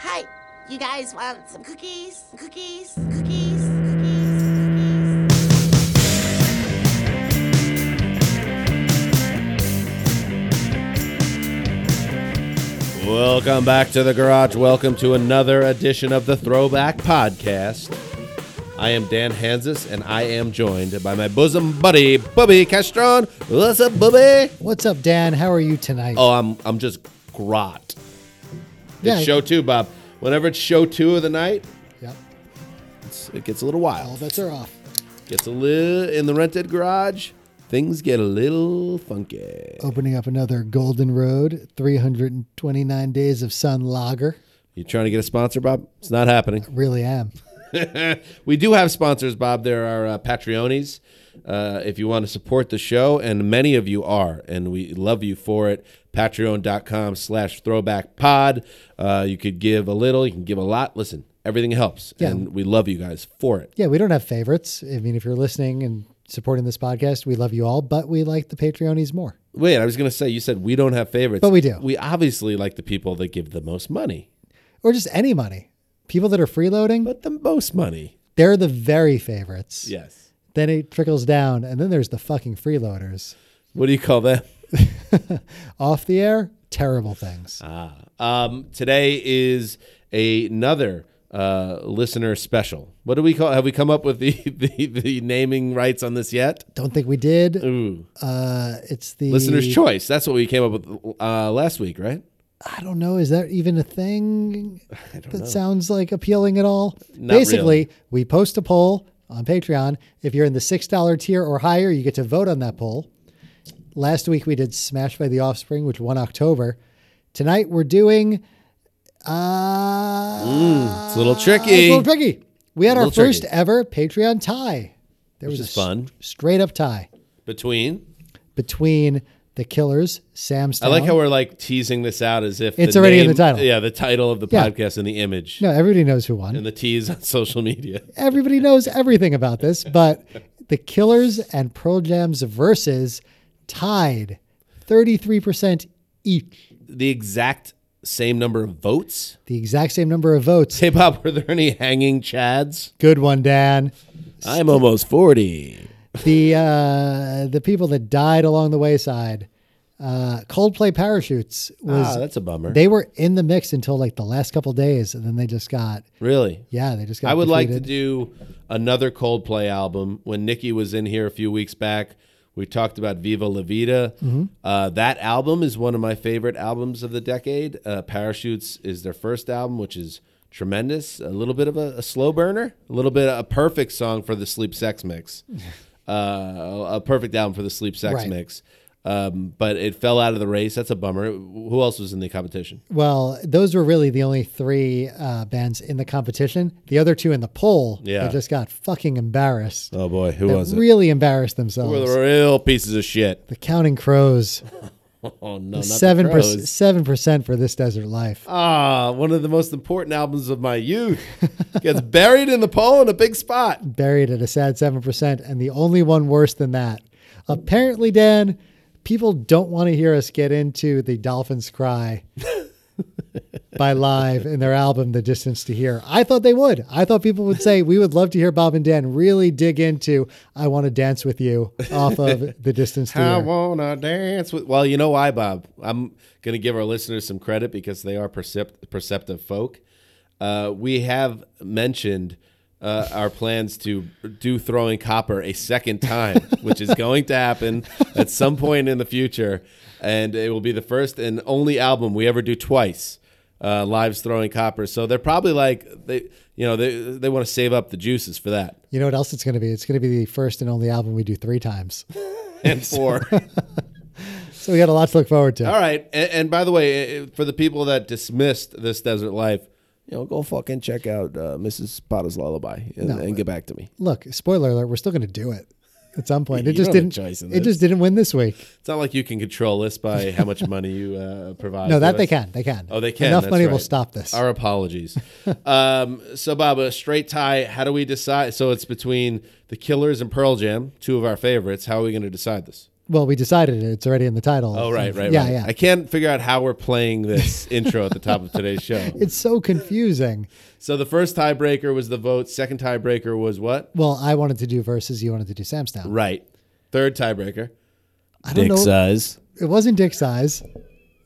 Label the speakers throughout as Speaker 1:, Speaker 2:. Speaker 1: Hi, you guys want some cookies? Cookies? Cookies? Cookies?
Speaker 2: Welcome back to the garage. Welcome to another edition of the Throwback Podcast. I am Dan Hansis, and I am joined by my bosom buddy, Bubby Castron. What's up, Bubby?
Speaker 3: What's up, Dan? How are you tonight?
Speaker 2: Oh, I'm I'm just grot.
Speaker 3: Yeah.
Speaker 2: It's show two, Bob. Whenever it's show two of the night,
Speaker 3: Yep.
Speaker 2: it's, it gets a little
Speaker 3: All
Speaker 2: wild.
Speaker 3: bets are off.
Speaker 2: Gets a little in the rented garage. Things get a little funky.
Speaker 3: Opening up another Golden Road, 329 days of Sun Lager.
Speaker 2: You trying to get a sponsor, Bob? It's not happening.
Speaker 3: Really am.
Speaker 2: we do have sponsors, Bob. There are uh, Patreonis. Uh, if you want to support the show, and many of you are, and we love you for it. Patreon.com slash throwback pod. Uh, you could give a little, you can give a lot. Listen, everything helps, and we love you guys for it.
Speaker 3: Yeah, we don't have favorites. I mean, if you're listening and supporting this podcast, we love you all, but we like the Patreonies more.
Speaker 2: Wait, I was going to say, you said we don't have favorites.
Speaker 3: But we do.
Speaker 2: We obviously like the people that give the most money,
Speaker 3: Or just any money. People that are freeloading,
Speaker 2: but the most money.
Speaker 3: they're the very favorites.
Speaker 2: Yes.
Speaker 3: Then it trickles down, and then there's the fucking freeloaders.
Speaker 2: What do you call that?
Speaker 3: Off the air, terrible things.
Speaker 2: Um, today is another uh, listener special. What do we call? Have we come up with the, the, the naming rights on this yet?
Speaker 3: don't think we did.
Speaker 2: Ooh,
Speaker 3: Uh, it's the
Speaker 2: listener's choice. That's what we came up with uh, last week, right?
Speaker 3: I don't know. Is that even a thing that sounds like appealing at all?
Speaker 2: Not
Speaker 3: Basically, we post a poll on Patreon. If you're in the $6 tier or higher, you get to vote on that poll. Last week we did Smash by the Offspring, which won October. Tonight we're doing. Uh,
Speaker 2: It's a little
Speaker 3: It's
Speaker 2: tricky.
Speaker 3: a little tricky. We had our
Speaker 2: Mm. Little tricky.
Speaker 3: first ever Patreon tie. There was
Speaker 2: is
Speaker 3: a
Speaker 2: fun.
Speaker 3: straight up tie
Speaker 2: Between,
Speaker 3: between the Killers, Sam's.
Speaker 2: I like
Speaker 3: Town-
Speaker 2: how we're like teasing this out as if
Speaker 3: It's already in the title.
Speaker 2: Yeah, the title of the
Speaker 3: Yeah.
Speaker 2: podcast and the image
Speaker 3: No, everybody knows who won.
Speaker 2: and the tease on social media.
Speaker 3: everybody knows everything about this, but the Killers and Pearl Jam's verses tied 33% each.
Speaker 2: The exact same number of votes.
Speaker 3: The exact same number of votes.
Speaker 2: Hey, Bob, were there any hanging chads?
Speaker 3: Good one, Dan.
Speaker 2: I'm almost forty.
Speaker 3: The uh, the people that died along the wayside. Uh, Coldplay Parachutes was
Speaker 2: Ah, that's a bummer.
Speaker 3: they were in the mix until like the last couple days, and then they just got
Speaker 2: really?
Speaker 3: yeah, they just got.
Speaker 2: I would like to
Speaker 3: defeated.
Speaker 2: do another Coldplay album. When Nikki was in here a few weeks back, we talked about Viva La Vida.
Speaker 3: Mm-hmm.
Speaker 2: Uh, that album is one of my favorite albums of the decade. Uh, Parachutes is their first album, which is tremendous. A little bit of a, a slow burner, a little bit a perfect song for the sleep sex mix, uh, a- a perfect album for the sleep sex
Speaker 3: Right.
Speaker 2: mix. Um, but it fell out of the race. That's a bummer. Who else was in the competition?
Speaker 3: Well, those were really the only three uh, bands in the competition. The other two in the poll,
Speaker 2: Yeah.
Speaker 3: that just got fucking embarrassed.
Speaker 2: Oh boy, who was it?
Speaker 3: really embarrassed
Speaker 2: Were
Speaker 3: themselves.
Speaker 2: the real pieces of shit.
Speaker 3: The Counting Crows,
Speaker 2: Oh no, not
Speaker 3: seven
Speaker 2: the pros.
Speaker 3: percent, seven percent for this desert life.
Speaker 2: Ah, one of the most important albums of my youth gets buried in the poll in a big spot.
Speaker 3: Buried at a sad seven percent, and the only one worse than that. Apparently, Dan, people don't want to hear us get into the Dolphins Cry by Live in their album The Distance to Here. I thought they would. I thought people would say we would love to hear Bob and Dan really dig into I Want to Dance with You off of The Distance to
Speaker 2: I
Speaker 3: Here.
Speaker 2: wanna dance with. Well, you know why, Bob? I'm gonna give our listeners some credit because they are percept- perceptive folk. Uh, we have mentioned uh, our plans to do throwing copper a second time, which is going to happen at some point in the future, and it will be the first and only album we ever do twice. Uh, lives throwing copper, so they're probably like they, you know, they they want to save up the juices for that.
Speaker 3: You know what else it's going to be? It's going to be the first and only album we do three times.
Speaker 2: And for
Speaker 3: So we got a lot to look forward to.
Speaker 2: All right. And, and by the way, eh, eh, for the people that dismissed this desert life, you know, go fucking check out uh, Mrs. Potter's Lullaby and, and get back to me.
Speaker 3: look, spoiler alert, we're still going to do it at some point. It
Speaker 2: You
Speaker 3: just
Speaker 2: don't have a
Speaker 3: didn't.
Speaker 2: choice in
Speaker 3: It just didn't win this week.
Speaker 2: It's not like you can control this by how much money you uh, provide.
Speaker 3: No,
Speaker 2: to
Speaker 3: that they
Speaker 2: us.
Speaker 3: can. They can.
Speaker 2: Oh, they can.
Speaker 3: Enough
Speaker 2: That's
Speaker 3: money will
Speaker 2: right.
Speaker 3: stop this.
Speaker 2: Our apologies. um, so, Bob, a straight tie. How do we decide? So it's between the Killers and Pearl Jam, two of our favorites. How are we going to decide this?
Speaker 3: Well, we decided it. It's already in the title.
Speaker 2: Oh, right, right,
Speaker 3: yeah,
Speaker 2: right.
Speaker 3: yeah.
Speaker 2: I can't figure out how we're playing this intro at the top of today's show.
Speaker 3: It's so confusing.
Speaker 2: So the first tiebreaker was the vote. Second tiebreaker was what?
Speaker 3: Well, I wanted to do versus. You wanted to do Sam's Town.
Speaker 2: Right. Third tiebreaker.
Speaker 3: I don't know.
Speaker 2: size.
Speaker 3: It wasn't dick size.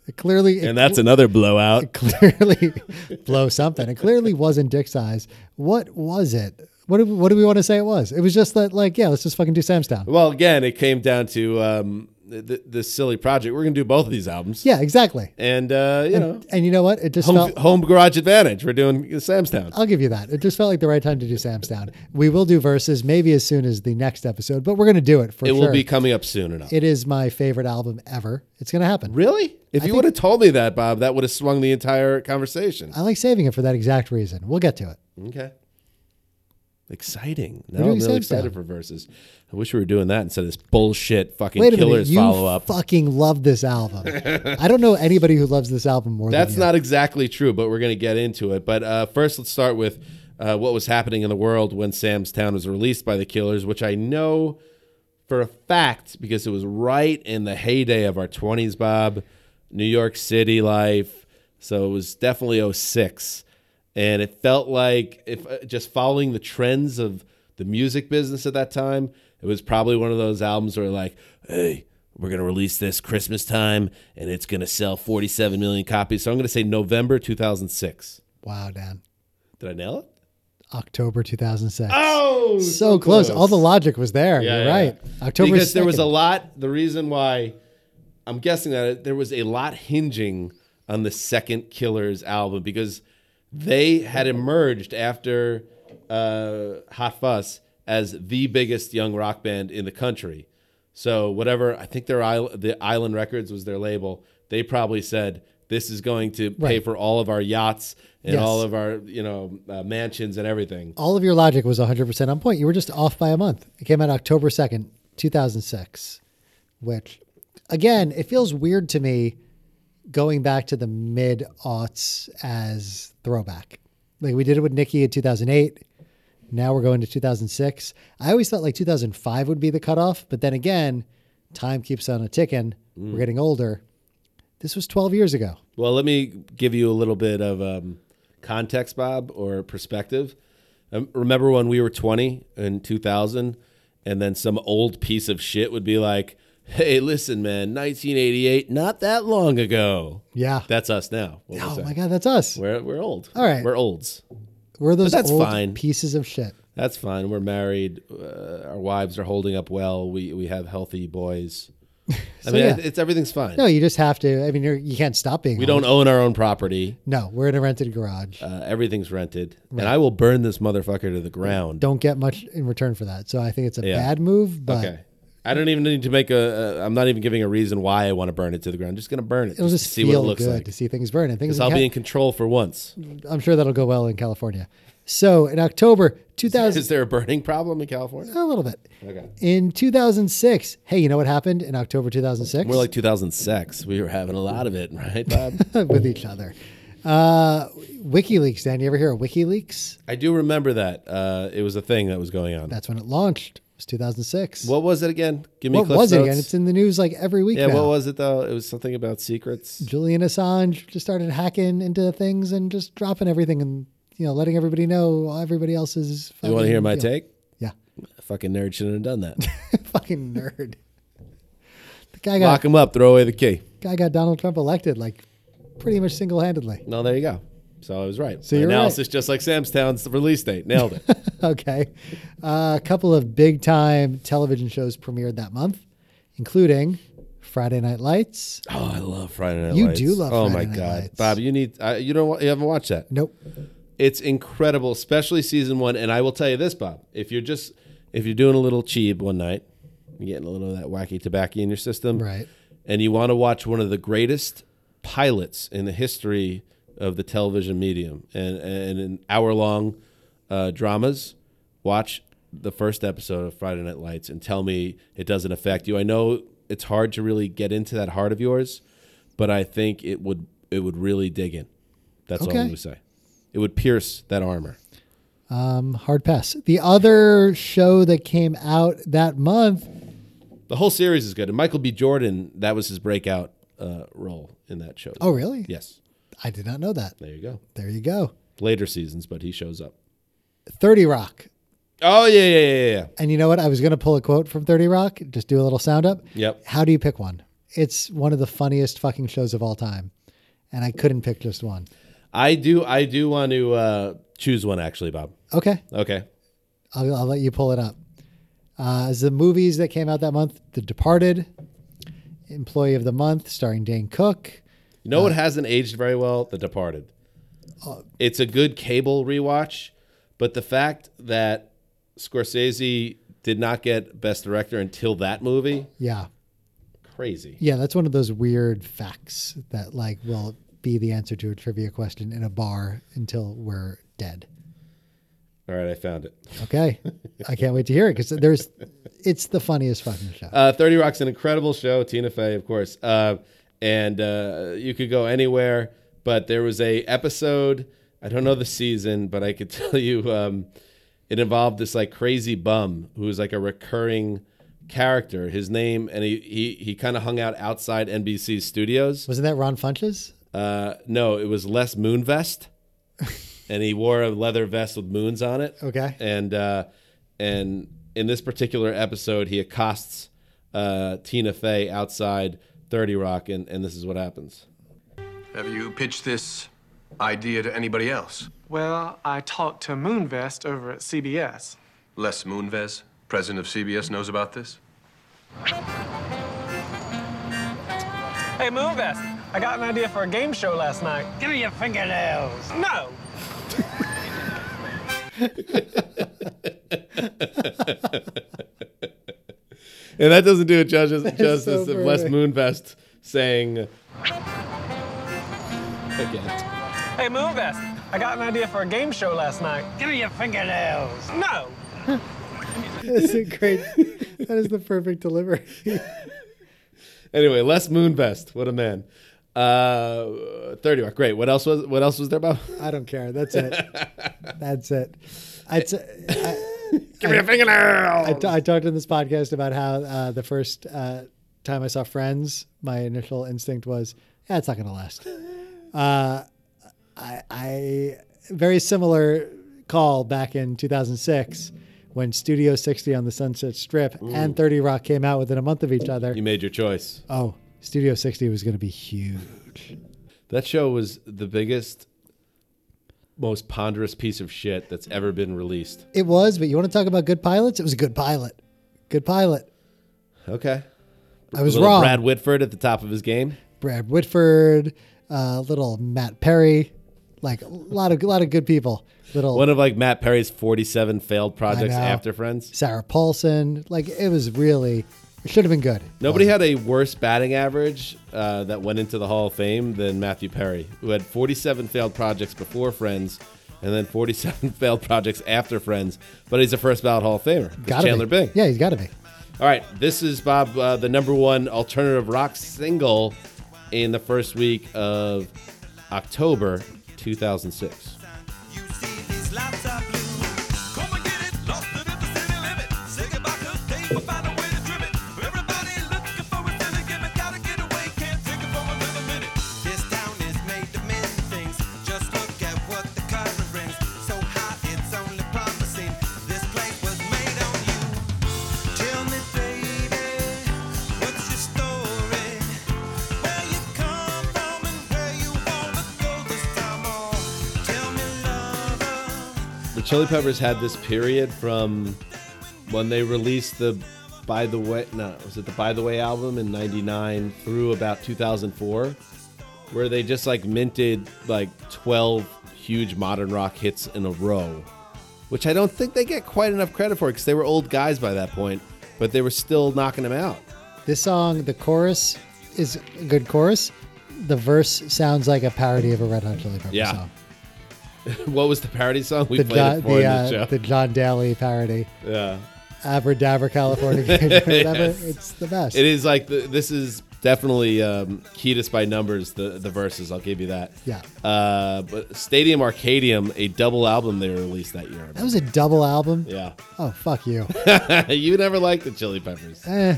Speaker 3: It clearly, it
Speaker 2: And that's another blowout.
Speaker 3: clearly blow something. It clearly wasn't dick size. What was it? What do, what do we want to say it was? It was just that, like, yeah, let's just fucking do Sam's Town.
Speaker 2: Well, again, it came down to um, th- this silly project. We're going to do both of these albums.
Speaker 3: Yeah, exactly.
Speaker 2: And, uh, you know,
Speaker 3: And you know what? It just
Speaker 2: home,
Speaker 3: felt. Oh,
Speaker 2: home garage advantage. We're doing Sam's Town.
Speaker 3: I'll give you that. It just felt like the right time to do Sam's Town. We will do verses maybe as soon as the next episode, but we're going to do it for
Speaker 2: It
Speaker 3: sure.
Speaker 2: will be coming up soon enough.
Speaker 3: It is my favorite album ever. It's going to happen.
Speaker 2: really? If you would have told me that, Bob, that would have swung the entire conversation.
Speaker 3: I like saving it for that exact reason. We'll get to it.
Speaker 2: Okay. Exciting. Now
Speaker 3: doing
Speaker 2: I'm really
Speaker 3: Sam's
Speaker 2: excited
Speaker 3: Town.
Speaker 2: for verses. I wish we were doing that instead of this bullshit fucking
Speaker 3: Wait a minute.
Speaker 2: killers
Speaker 3: You
Speaker 2: follow up.
Speaker 3: fucking love this album. I don't know anybody who loves this album more
Speaker 2: That's
Speaker 3: than you.
Speaker 2: not exactly true, but we're going to get into it. But uh, first, let's start with uh, what was happening in the world when Sam's Town was released by the Killers, which I know for a fact because it was right in the heyday of our 20s, Bob, New York City life. So it was definitely 06. And it felt like if uh, just following the trends of the music business at that time, it was probably one of those albums where like, hey, we're going to release this Christmas time and it's going to sell 47 million copies. So I'm going to say November 2006.
Speaker 3: Wow, Dan.
Speaker 2: Did I nail it?
Speaker 3: October 2006.
Speaker 2: Oh,
Speaker 3: so close. All the logic was there. You're
Speaker 2: yeah,
Speaker 3: right.
Speaker 2: yeah.
Speaker 3: October
Speaker 2: because there was a
Speaker 3: 2nd.
Speaker 2: lot. The reason why I'm guessing that it, there was a lot hinging on the second Killers album because they had emerged after uh, Hot Fuss as the biggest young rock band in the country. So whatever I think their isl- the Island Records was their label. They probably said this is going to pay
Speaker 3: Right.
Speaker 2: for all of our yachts and
Speaker 3: Yes.
Speaker 2: all of our you know uh, mansions and everything.
Speaker 3: all of your logic was 100% on point. You were just off by a month. It came out October 2nd, 2006, which, again, it feels weird to me going back to the mid aughts as throwback. Like we did it with Nikki in 2008. Now we're going to 2006. I always thought like 2005 would be the cutoff, but then again, time keeps on a ticking.
Speaker 2: Mm.
Speaker 3: We're getting older. This was 12 years ago.
Speaker 2: Well, let me give you a little bit of um, context, Bob, or perspective. Um, remember when we were 20 in 2000, and then some old piece of shit would be like, hey, listen, man, 1988, not that long ago.
Speaker 3: Yeah.
Speaker 2: That's us now. What was
Speaker 3: oh
Speaker 2: that?
Speaker 3: my God, that's us. We're,
Speaker 2: We're, we're old.
Speaker 3: All right.
Speaker 2: We're olds.
Speaker 3: those
Speaker 2: that's
Speaker 3: old
Speaker 2: fine.
Speaker 3: pieces of shit.
Speaker 2: That's fine. We're married. Uh, our wives are holding up well. We, we have healthy boys. I mean,
Speaker 3: yeah.
Speaker 2: it's everything's fine.
Speaker 3: No, you just have to. I mean, you're, you can't stop being.
Speaker 2: we don't own our own property.
Speaker 3: No, we're in a rented garage.
Speaker 2: Uh, everything's rented, and I will burn this motherfucker to the ground.
Speaker 3: don't get much in return for that. So I think it's a
Speaker 2: Yeah.
Speaker 3: bad move, but
Speaker 2: okay. I don't even need to make a. a. I'm not even giving a reason why I want to burn it to the ground. I'm just gonna burn it.
Speaker 3: it'll
Speaker 2: to
Speaker 3: just feel good to see things burning. Things.
Speaker 2: 'Cause
Speaker 3: in
Speaker 2: I'll
Speaker 3: Ca-
Speaker 2: be in control for once.
Speaker 3: I'm sure that'll go well in California. So in October 2000,
Speaker 2: Is there a burning problem in California?
Speaker 3: a little bit.
Speaker 2: Okay.
Speaker 3: In 2006, hey, you know what happened in October 2006?
Speaker 2: More like 2006. We were having a lot of it, right, Bob?
Speaker 3: with each other. Uh, WikiLeaks, Dan, you ever hear of WikiLeaks?
Speaker 2: I do remember that. Uh, it was a thing that was going on.
Speaker 3: That's when it launched. It was 2006.
Speaker 2: What was it again? Give me
Speaker 3: What
Speaker 2: Cliff's
Speaker 3: was it
Speaker 2: notes.
Speaker 3: again? It's in the news like every week
Speaker 2: yeah,
Speaker 3: now.
Speaker 2: what was it though? It was something about secrets.
Speaker 3: Julian Assange just started hacking into things and just dropping everything and you know letting everybody know everybody else is.
Speaker 2: You want to hear my take?
Speaker 3: Yeah,
Speaker 2: Fucking nerd shouldn't have done that.
Speaker 3: fucking nerd. The guy got
Speaker 2: Lock him up. Throw away the key.
Speaker 3: guy got Donald Trump elected like pretty much single handedly.
Speaker 2: No, there you go. So I was right.
Speaker 3: you're right.
Speaker 2: analysis just like Sam's Town's release date. Nailed it.
Speaker 3: okay, Uh, a couple of big time television shows premiered that month, including Friday Night Lights.
Speaker 2: Oh, I love Friday Night
Speaker 3: You
Speaker 2: Lights.
Speaker 3: do love
Speaker 2: Oh
Speaker 3: Friday
Speaker 2: my
Speaker 3: Night
Speaker 2: god,
Speaker 3: Lights.
Speaker 2: Bob, you need uh, you don't wa- you haven't watched that.
Speaker 3: Nope.
Speaker 2: It's incredible, especially season one. And I will tell you this, Bob, if you're just if you're doing a little cheeb one night, you're getting a little of that wacky tobacco in your system,
Speaker 3: Right.
Speaker 2: And you want to watch one of the greatest pilots in the history of the television medium, and and an hour long uh, dramas. Watch the first episode of Friday Night Lights and tell me it doesn't affect you. I know it's hard to really get into that heart of yours, but I think it would it would really dig in. That's all
Speaker 3: Okay.
Speaker 2: I'm gonna say. It would pierce that armor.
Speaker 3: Um, hard pass. The other show that came out that month
Speaker 2: The whole series is good. And Michael B. Jordan, that was his breakout uh, role in that show.
Speaker 3: Oh, really?
Speaker 2: Yes.
Speaker 3: I did not know that.
Speaker 2: There you go.
Speaker 3: There you go.
Speaker 2: Later seasons, but he shows up.
Speaker 3: 30 Rock.
Speaker 2: Oh yeah, yeah, yeah, yeah, yeah.
Speaker 3: And you know what? I was going to pull a quote from 30 Rock, just do a little sound up.
Speaker 2: Yep.
Speaker 3: How do you pick one? It's one of the funniest fucking shows of all time. And I couldn't pick just one.
Speaker 2: I do. I do want to uh, choose one actually, Bob.
Speaker 3: Okay.
Speaker 2: Okay.
Speaker 3: I'll, I'll let you pull it up. Uh, as the movies that came out that month The Departed, Employee of the Month, starring Dane Cook.
Speaker 2: You know what hasn't aged very well? The Departed. it's a good cable rewatch, but the fact that Scorsese did not get Best Director until that movie,
Speaker 3: Yeah.
Speaker 2: crazy.
Speaker 3: Yeah, that's one of those weird facts that like will be the answer to a trivia question in a bar until we're dead.
Speaker 2: All right, I found it.
Speaker 3: Okay. I can't wait to hear it because there's it's the funniest fucking show.
Speaker 2: Uh, 30 Rock's an incredible show. Tina Fey, of course. Uh, and uh, you could go anywhere, but there was a episode, I don't know the season, but I could tell you um, it involved this like crazy bum who was like a recurring character. His name, and he, he, he kind of hung out outside NBC studios.
Speaker 3: Wasn't that Ron Funches?
Speaker 2: Uh, no, it was Les Moonvest, and he wore a leather vest with moons on it.
Speaker 3: Okay.
Speaker 2: And uh, and in this particular episode, he accosts uh, Tina Fey outside Thirty Rock, and, and this is what happens.
Speaker 4: Have you pitched this idea to anybody else?
Speaker 5: Well, I talked to Moonvest over at CBS.
Speaker 4: Les Moonves, president of CBS, knows about this?
Speaker 5: Hey, Moonvest, I got an idea for a game show last night. Give me your fingernails. No.
Speaker 2: And that doesn't do it justice,
Speaker 3: is so
Speaker 2: justice of Les
Speaker 3: perfect.
Speaker 2: Moonvest saying again.
Speaker 5: Hey, Moonvest, I got an idea for a game show last night. Give me your fingernails. No.
Speaker 3: That's a great that is the perfect delivery.
Speaker 2: Anyway, Les Moonvest, what a man. Uh, Thirty Rock, great. What else was what else was there, Bob?
Speaker 3: I don't care. That's it. That's it. It's, I,
Speaker 2: Give me a fingernail.
Speaker 3: I, t- I talked in this podcast about how uh, the first uh, time I saw Friends, my initial instinct was, "Yeah, it's not going to last." Uh, I, I very similar call back in 2006 when Studio 60 on the Sunset Strip and 30 Rock came out within a month of each other.
Speaker 2: you made your choice.
Speaker 3: Oh, Studio 60 was going to be huge.
Speaker 2: That show was the biggest, most ponderous piece of shit that's ever been released.
Speaker 3: It was, but you want to talk about good pilots? It was a good pilot. Good pilot.
Speaker 2: Okay.
Speaker 3: I was
Speaker 2: Little
Speaker 3: wrong.
Speaker 2: Brad Whitford at the top of his game.
Speaker 3: Brad Whitford, uh, little Matt Perry, like a lot of a lot of good people. Little
Speaker 2: One of like Matt Perry's 47 failed projects
Speaker 3: know.
Speaker 2: after Friends.
Speaker 3: Sarah Paulson, like it was really it should have been good.
Speaker 2: Nobody had a worse batting average uh, that went into the Hall of Fame than Matthew Perry, who had 47 failed projects before Friends and then 47 failed projects after Friends, but he's a first ballot Hall of Famer. It's
Speaker 3: Gotta
Speaker 2: Chandler
Speaker 3: be.
Speaker 2: Bing.
Speaker 3: Yeah, he's got to be.
Speaker 2: All right, this is Bob, uh, the number one alternative rock single in the first week of October 2006.
Speaker 6: You see these lights are blue. Come and get it, lost it at the city limit. Sick about the thing, but find a way to trim it. Everybody looking for a silly gimmick, gotta get away, can't take it for another minute. This town is made to mend things. Just look at what the current brings. So high, it's only promising. This place was made on you. Tell me, baby, what's your story? Where you come from and where you wanna go this time on? Tell me, lover.
Speaker 2: The Chili Peppers had this period from when they released the By the Way, no, was it the By the Way album in 99 through about 2004, where they just like minted like 12 huge modern rock hits in a row, which I don't think they get quite enough credit for because they were old guys by that point, but they were still knocking them out.
Speaker 3: This song, the chorus is a good chorus. The verse sounds like a parody of a Red Hot Chili Peppers
Speaker 2: Yeah.
Speaker 3: song.
Speaker 2: What was the parody song we
Speaker 3: The
Speaker 2: played
Speaker 3: John,
Speaker 2: it for
Speaker 3: the,
Speaker 2: in the
Speaker 3: uh,
Speaker 2: show?
Speaker 3: the John Daly parody,
Speaker 2: yeah,
Speaker 3: Abracadabra, California, whatever. It's the best.
Speaker 2: it is like the, this is definitely um, Ketis by numbers. The the verses, I'll give you that.
Speaker 3: Yeah.
Speaker 2: Uh, but Stadium Arcadium, a double album they released that year.
Speaker 3: That was a double album.
Speaker 2: yeah,
Speaker 3: Oh fuck you.
Speaker 2: you never liked the Chili Peppers.
Speaker 3: Eh,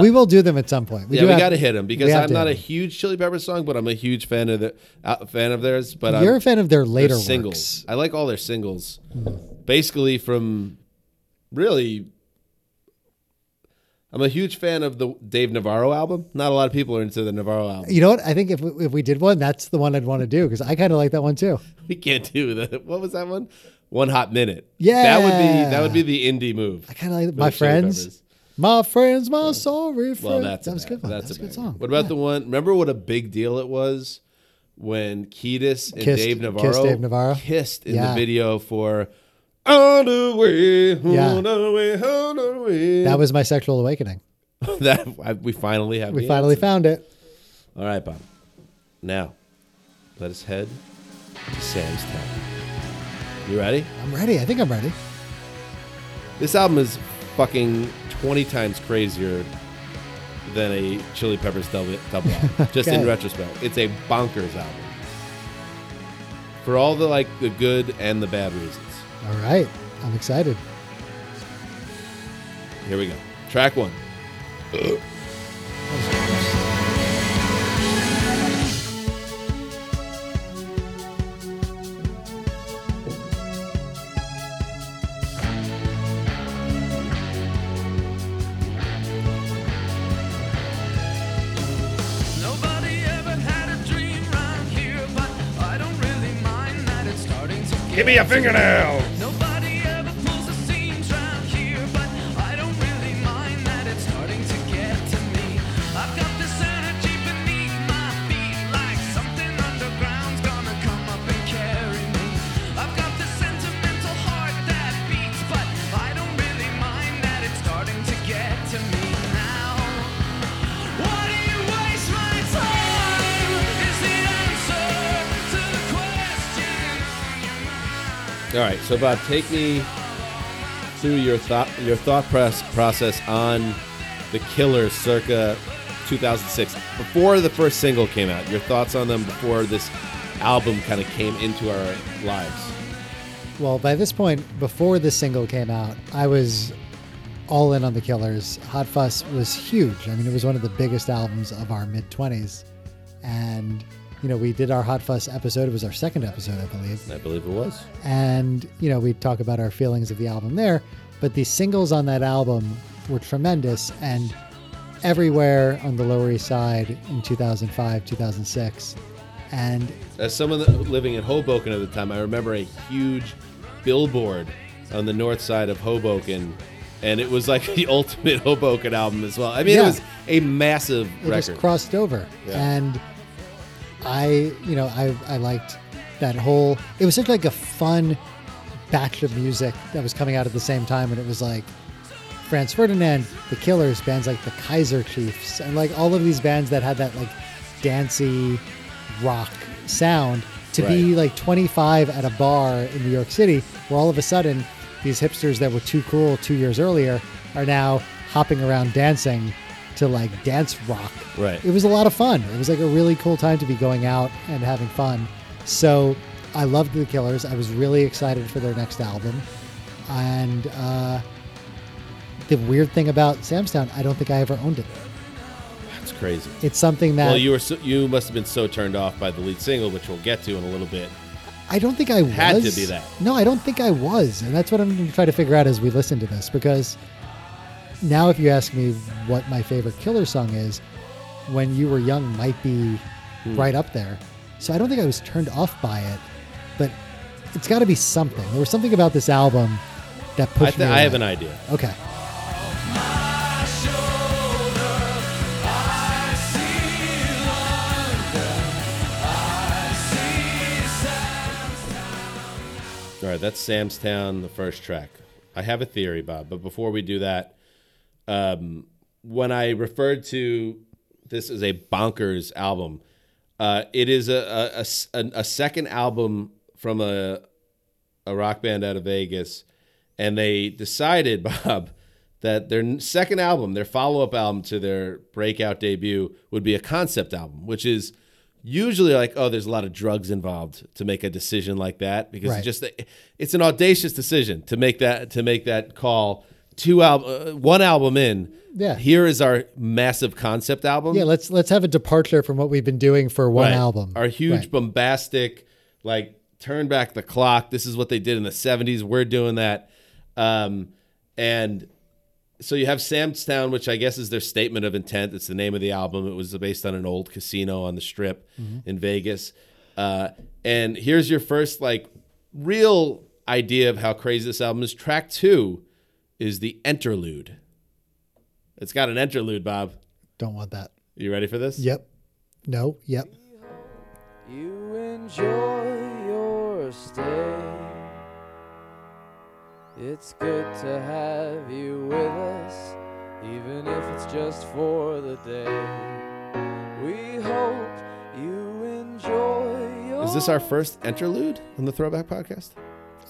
Speaker 3: we will do them at some point. We
Speaker 2: Uh, yeah,
Speaker 3: do
Speaker 2: we
Speaker 3: have-
Speaker 2: got to hit him because
Speaker 3: we have
Speaker 2: I'm
Speaker 3: to
Speaker 2: not a
Speaker 3: hit 'em.
Speaker 2: huge Chili Peppers song, but I'm a huge fan of the uh, fan of theirs. But
Speaker 3: You're
Speaker 2: I'm,
Speaker 3: a fan of their
Speaker 2: their
Speaker 3: later
Speaker 2: singles.
Speaker 3: singles.
Speaker 2: I like all their singles, basically from really. I'm a huge fan of the Dave Navarro album. Not a lot of people are into the Navarro album.
Speaker 3: You know what? I think if we, if we did one, that's the one I'd want to do because I kind of like that one too.
Speaker 2: We can't do that. What was that one? One Hot Minute.
Speaker 3: Yeah.
Speaker 2: that would be that would be the indie move.
Speaker 3: I kind of like
Speaker 2: for
Speaker 3: my
Speaker 2: the Chili
Speaker 3: friends,
Speaker 2: Peppers.
Speaker 3: my friends, my sorry friends.
Speaker 2: Well, that's
Speaker 3: that was a
Speaker 2: banger.
Speaker 3: good one. That's, a
Speaker 2: banger.
Speaker 3: good song.
Speaker 2: What about the one? Remember what a big deal it was when Kiedis and
Speaker 3: Kissed-
Speaker 2: Dave
Speaker 3: kissed
Speaker 2: Navarro
Speaker 3: Dave Navarro?
Speaker 2: kissed in the
Speaker 3: Yeah.
Speaker 2: video for "On the Way, On the Way, On the Way."
Speaker 3: that was my sexual awakening.
Speaker 2: that I, we finally have.
Speaker 3: We
Speaker 2: the
Speaker 3: finally
Speaker 2: answer.
Speaker 3: found it.
Speaker 2: All right, Bob. Now, let us head to Sam's Town. You ready?
Speaker 3: I'm ready. I think I'm ready.
Speaker 2: This album is fucking 20 times crazier than a Chili Peppers double, double album, just in
Speaker 3: Okay.
Speaker 2: retrospect. It's a bonkers album. For all the like the good and the bad reasons.
Speaker 3: All right. I'm excited.
Speaker 2: Here we go. Track 1.
Speaker 6: Nobody ever had a dream round here, but I don't really mind that it's starting to get.
Speaker 2: Give me a fingernail.
Speaker 6: Nobody ever pulls the seams round here, but I don't really mind that it's starting to get to me. I've got this energy beneath my feet, like something underground's gonna come up and carry me. I've got this sentimental heart that beats, but I don't really mind that it's starting to get to me now. Why do you waste my time? Is the answer to the question?
Speaker 2: All right, so Bob, take me through your thought your thought press process on the Killer circa 2006, before the first single came out. Your thoughts on them before this album kind of came into our lives.
Speaker 3: Well, by this point, before this single came out, I was all in on the Killers. Hot Fuss was huge. I mean, it was one of the biggest albums of our mid 20s. And, you know, we did our Hot Fuss episode. It was our second episode, I believe.
Speaker 2: I believe it was.
Speaker 3: and you know we talk about our feelings of the album there but the singles on that album were tremendous and everywhere on the lower east side in 2005 2006 and
Speaker 2: As someone that, living in Hoboken at the time, I remember a huge billboard on the north side of Hoboken, and it was like the ultimate Hoboken album as well. I mean, it
Speaker 3: Yeah.
Speaker 2: was a massive
Speaker 3: it
Speaker 2: record.
Speaker 3: just crossed over
Speaker 2: Yeah.
Speaker 3: and i you know i i liked that whole it was such like a fun batch of music that was coming out at the same time and it was like franz ferdinand the killers bands like the kaiser chiefs and like all of these bands that had that like dancey rock sound to be like 25 at a bar in new york city where all of a sudden these hipsters that were too cool two years earlier are now hopping around dancing to like dance rock
Speaker 2: Right.
Speaker 3: it was a lot of fun. It was like a really cool time to be going out and having fun. So I loved The Killers. I was really excited for their next album. And uh, the weird thing about Samstown, I don't think I ever owned it.
Speaker 2: That's crazy.
Speaker 3: It's something that
Speaker 2: Well, you were so, you must have been so turned off by the lead single, which we'll get to in a little bit.
Speaker 3: I don't think I was.
Speaker 2: had to be that.
Speaker 3: No, I don't think I was. And that's what I'm going to try to figure out as we listen to this because now if you ask me what my favorite killer song is, when you were young might be
Speaker 2: Hmm.
Speaker 3: right up there. So I don't think I was turned off by it, but it's got to be something. There was something about this album that
Speaker 2: I,
Speaker 3: pushed me.
Speaker 2: th- I have
Speaker 3: away.
Speaker 2: an idea.
Speaker 3: Okay.
Speaker 2: All right, that's Sam's Town, the first track. I have a theory, Bob, but before we do that, um, when I referred to this as a bonkers album, uh, it is a a- a s- an- a second album from a a rock band out of Vegas, and they decided, Bob, that their n- second album, their follow up album to their breakout debut, would be a concept album, which is usually like, oh, there's a lot of drugs involved to make a decision like that because
Speaker 3: Right.
Speaker 2: it's just it's an audacious decision to make that to make that call two album, uh, one album in.
Speaker 3: Yeah.
Speaker 2: Here is our massive concept album.
Speaker 3: Yeah, let's let's have a departure from what we've been doing for one
Speaker 2: Right.
Speaker 3: album.
Speaker 2: Our huge
Speaker 3: Right.
Speaker 2: bombastic, like turn back the clock. This is what they did in the '70s. We're doing that, um, and so you have Samstown, which I guess is their statement of intent. It's the name of the album. It was based on an old casino on the Strip
Speaker 3: Mm-hmm.
Speaker 2: in Vegas. Uh, and here's your first like real idea of how crazy this album is. Track two is the interlude. It's got an interlude, Bob.
Speaker 3: Don't want that.
Speaker 2: You ready for this?
Speaker 3: Yep. No. Yep.
Speaker 7: You enjoy your stay. It's good to have you with us, even if it's just for the day. We hope you enjoy your
Speaker 2: Is this our first interlude on the Throwback Podcast?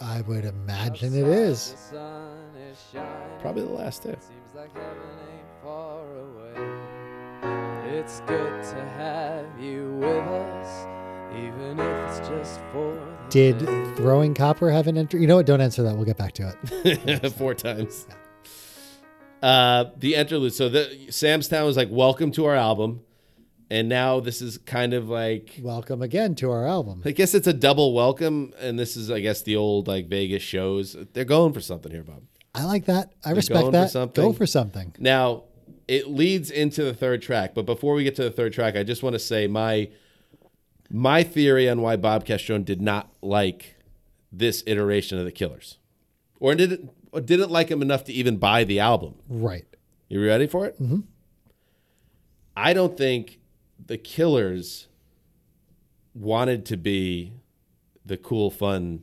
Speaker 3: I would imagine it is.
Speaker 7: The sun is shining.
Speaker 2: Probably the last two.
Speaker 7: Seems like heaven ain't far away. It's good to have you with us, even if it's just for the
Speaker 3: Did
Speaker 7: day.
Speaker 3: throwing copper have an enter? You know what? Don't answer that. We'll get back to it.
Speaker 2: Four times. Uh, the interlude. So the Samstown was like, "Welcome to our album," and now this is kind of like,
Speaker 3: Welcome again to our album.
Speaker 2: I guess it's a double welcome, and this is, I guess, the old like Vegas shows. They're going for something here, Bob.
Speaker 3: I like that. I respect
Speaker 2: going for
Speaker 3: that. Go
Speaker 2: something.
Speaker 3: for something.
Speaker 2: Now, it leads into the third track, but before we get to the third track, I just want to say my my theory on why Bob Castrone did not like this iteration of the Killers, or did it, or didn't like him enough to even buy the album.
Speaker 3: Right.
Speaker 2: You ready for it? Mm-hmm. I don't think the Killers wanted to be the cool, fun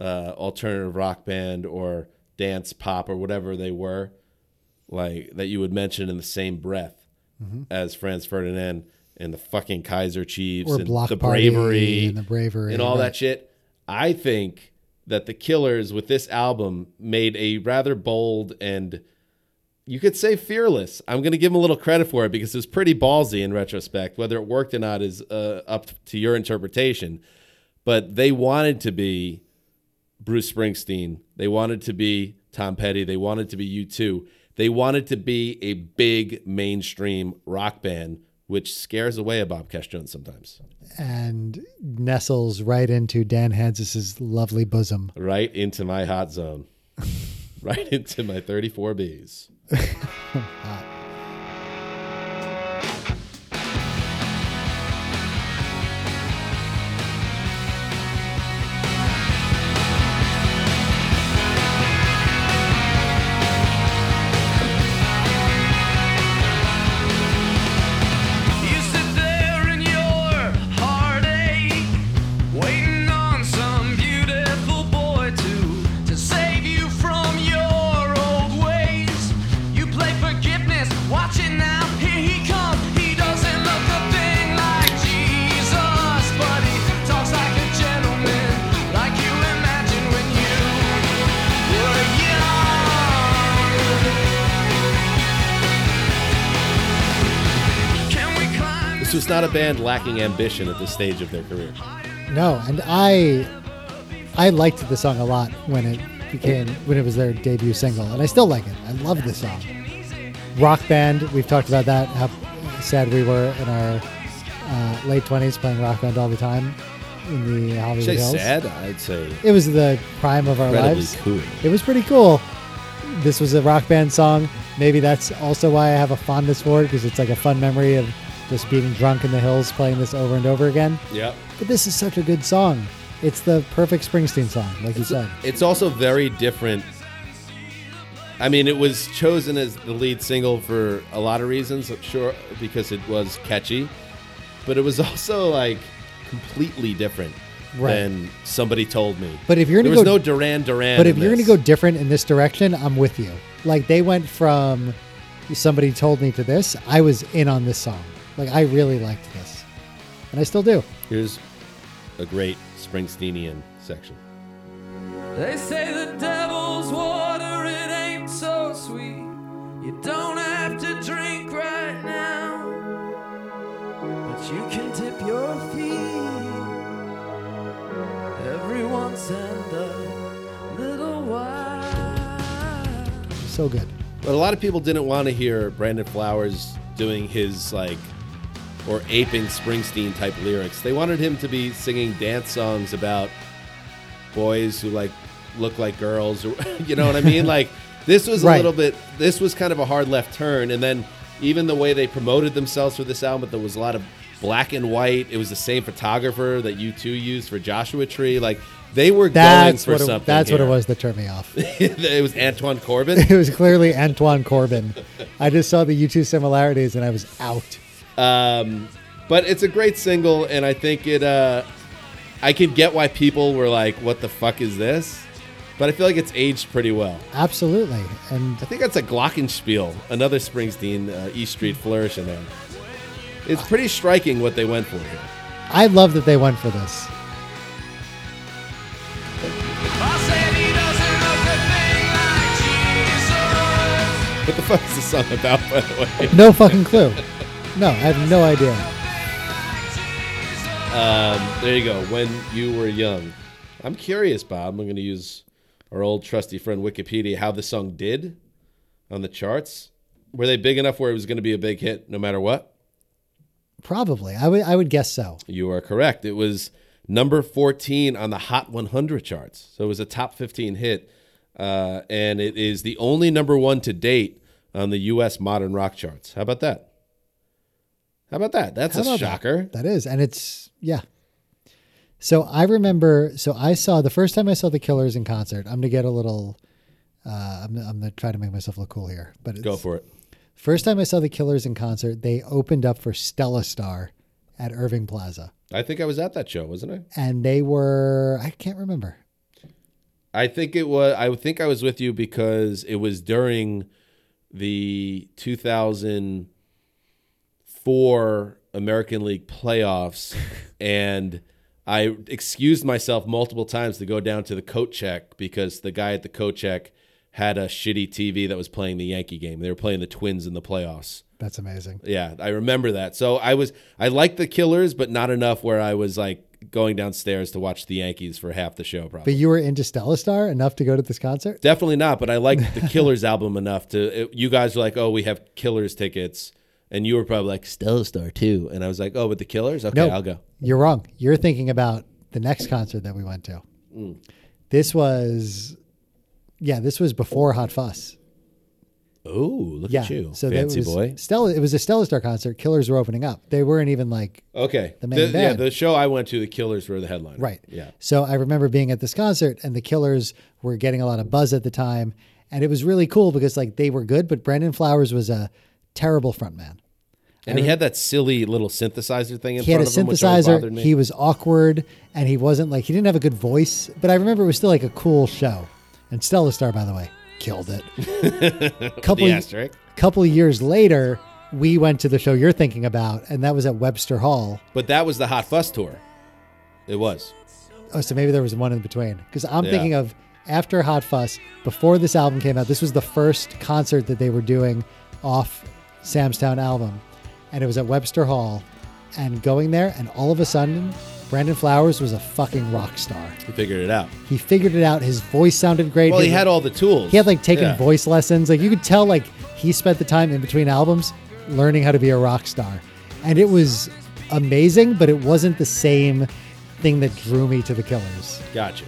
Speaker 2: uh, alternative rock band or dance pop or whatever they were, like that you would mention in the same breath
Speaker 3: Mm-hmm.
Speaker 2: as Franz Ferdinand and the fucking Kaiser Chiefs
Speaker 3: Or
Speaker 2: and
Speaker 3: Block
Speaker 2: the
Speaker 3: Party
Speaker 2: bravery
Speaker 3: and the bravery,
Speaker 2: and all
Speaker 3: right.
Speaker 2: that shit. I think that the Killers with this album made a rather bold and you could say fearless. I'm going to give him a little credit for it because it was pretty ballsy in retrospect. Whether it worked or not is uh, up to your interpretation. But they wanted to be Bruce Springsteen. They wanted to be Tom Petty. They wanted to be U2. They wanted to be a big mainstream rock band, which scares away a Bob Cash Jones sometimes,
Speaker 3: And nestles right into Dan Hansis's lovely bosom.
Speaker 2: right into my hot zone, right into my 34Bs.
Speaker 6: You sit there in your heartache, waiting on some beautiful boy to to save you from your old ways. You play forgiveness, watch it now. Here he comes. He doesn't look a thing like Jesus, but he talks like a gentleman, like you imagine when you were young. Can we climb?
Speaker 2: This was not a band lacking ambition at this stage of their career.
Speaker 3: No, and I I liked the song a lot when it became when it was their debut single, and I still like it. I love this song. Rock band, we've talked about that. How sad we were in our uh, late twenties playing rock band all the time in the Hollywood
Speaker 2: Say
Speaker 3: Hills.
Speaker 2: sad, I'd say
Speaker 3: It was the prime of our
Speaker 2: incredibly
Speaker 3: lives.
Speaker 2: cool.
Speaker 3: It was pretty cool. This was a rock band song. Maybe that's also why I have a fondness for it because it's like a fun memory of just being drunk in the hills playing this over and over again.
Speaker 2: Yep.
Speaker 3: But this is such a good song. It's the perfect Springsteen song, like you said.
Speaker 2: It's also very different. I mean, it was chosen as the lead single for a lot of reasons, sure, because it was catchy, but it was also like completely different
Speaker 3: Right.
Speaker 2: than somebody told me.
Speaker 3: But if you're
Speaker 2: there
Speaker 3: gonna
Speaker 2: was
Speaker 3: go-
Speaker 2: no Duran Duran.
Speaker 3: But if
Speaker 2: in
Speaker 3: you're going
Speaker 2: this.
Speaker 3: to go different in this direction, I'm with you. Like they went from somebody told me to this, I was in on this song. Like I really liked this. And I still do.
Speaker 2: here's a great Springsteenian section.
Speaker 7: They say the devil's water, it ain't so sweet. You don't have to drink right now, but you can dip your feet every once and a little while.
Speaker 3: So good.
Speaker 2: But a lot of people didn't want to hear Brandon Flowers doing his like or aping Springsteen type lyrics. They wanted him to be singing dance songs about boys who like look like girls or you know what I mean? like this was a
Speaker 3: Right.
Speaker 2: little bit this was kind of a hard left turn and then even the way they promoted themselves for this album there was a lot of black and white. It was the same photographer that you 2 used for Joshua Tree. Like they were
Speaker 3: That's
Speaker 2: going
Speaker 3: what
Speaker 2: for
Speaker 3: it,
Speaker 2: something.
Speaker 3: that's what it
Speaker 2: here.
Speaker 3: was that turned me off.
Speaker 2: it was Antoine Corbin.
Speaker 3: It was clearly Antoine Corbin. I just saw the U2 similarities and I was out.
Speaker 2: but it's a great single and i think it uh i can get why people were like what the fuck is this but i feel like it's aged pretty well
Speaker 3: Absolutely. And
Speaker 2: i think that's a glockenspiel another springsteen uh, east street flourish in there it's pretty striking what they went for here
Speaker 3: I love that they went for this.
Speaker 2: what the fuck is this song about by the way
Speaker 3: No fucking clue. No, I have no idea.
Speaker 2: Um, there you go when you were young i'm curious bob i'm going to use our old trusty friend wikipedia how this song did on the charts were they big enough where it was going to be a big hit no matter what
Speaker 3: Probably. I would I would guess so.
Speaker 2: You are correct. It was number 14 on the Hot 100 charts. So it was a top 15 hit. Uh, and it is the only number one to date on the U.S. modern rock charts. How about that? How about that? That's
Speaker 3: How
Speaker 2: a
Speaker 3: about that?
Speaker 2: shocker.
Speaker 3: That is. And it's yeah. So I remember so I saw the first time I saw the Killers in concert. I'm going to get a little uh, I'm, I'm going to try to make myself look cool here, but it's,
Speaker 2: Go for it.
Speaker 3: First time I saw the Killers in concert, they opened up for Stella Star at Irving Plaza.
Speaker 2: I think I was at that show, wasn't I?
Speaker 3: And they were, I can't remember.
Speaker 2: I think it was. I think I was with you because it was during the 2004 American League playoffs, and I excused myself multiple times to go down to the coat check because the guy at the coat check had a shitty TV that was playing the Yankee game. They were playing the Twins in the playoffs.
Speaker 3: That's amazing.
Speaker 2: Yeah, I remember that. So I was I liked the Killers, but not enough where I was like going downstairs to watch the Yankees for half the show. Probably.
Speaker 3: But you were into Stella Star enough to go to this concert?
Speaker 2: Definitely not, but I liked the Killers album enough to. It, you guys were like, "Oh, we have Killers tickets," and you were probably like, "Stella Star too," and I was like, "Oh, with the Killers? Okay,
Speaker 3: No.
Speaker 2: I'll go."
Speaker 3: You're wrong. You're thinking about the next concert that we went to.
Speaker 2: Mm.
Speaker 3: This was, yeah, this was before Hot Fuss.
Speaker 2: Oh, look
Speaker 3: Yeah.
Speaker 2: at you,
Speaker 3: so
Speaker 2: fancy
Speaker 3: that was
Speaker 2: boy.
Speaker 3: Stella, it was a Stella Star concert. Killers were opening up. They weren't even like
Speaker 2: Okay,
Speaker 3: the main
Speaker 2: yeah,
Speaker 3: band.
Speaker 2: the show I went to, the Killers were the headliner.
Speaker 3: Right.
Speaker 2: Yeah.
Speaker 3: So I remember being at this concert and the Killers were getting a lot of buzz at the time. And it was really cool because like they were good, but Brandon Flowers was a terrible frontman.
Speaker 2: And he had that silly little synthesizer thing in
Speaker 3: He had
Speaker 2: front
Speaker 3: a
Speaker 2: of him, which always bothered
Speaker 3: synthesizer.
Speaker 2: me.
Speaker 3: He was awkward and he wasn't like, he didn't have a good voice, but I remember it was still like a cool show. And Stella Star, by the way, killed it. couple,
Speaker 2: the asterisk.
Speaker 3: couple years later, we went to the show you're thinking about, and that was at Webster Hall.
Speaker 2: But that was the Hot Fuss tour. It was.
Speaker 3: Oh, so maybe there was one in between. Because I'm
Speaker 2: Yeah.
Speaker 3: thinking of after Hot Fuss, before this album came out, this was the first concert that they were doing off Sam's Town album. And it was at Webster Hall. And going there, and all of a sudden, Brandon Flowers was a fucking rock star.
Speaker 2: He figured it out.
Speaker 3: He figured it out. His voice sounded great.
Speaker 2: Well, he
Speaker 3: His-
Speaker 2: had all the tools.
Speaker 3: he had like taken
Speaker 2: Yeah.
Speaker 3: voice lessons. Like you could tell, like he spent the time in between albums learning how to be a rock star, and it was amazing. But it wasn't the same thing that drew me to the Killers.
Speaker 2: Gotcha.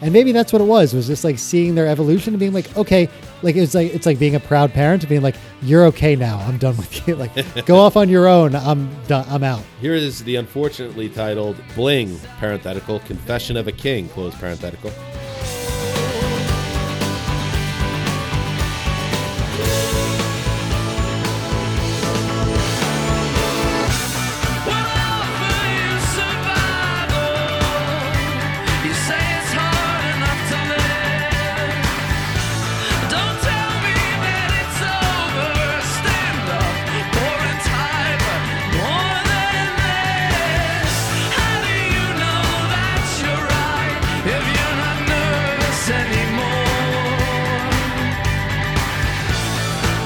Speaker 3: And maybe that's what it was, was just like seeing their evolution and being like, okay, like it's like it's like being a proud parent and being like, You're okay now, I'm done with you. Like go off on your own, I'm done I'm out.
Speaker 2: Here is the unfortunately titled Bling, parenthetical, Confession of a King, close parenthetical.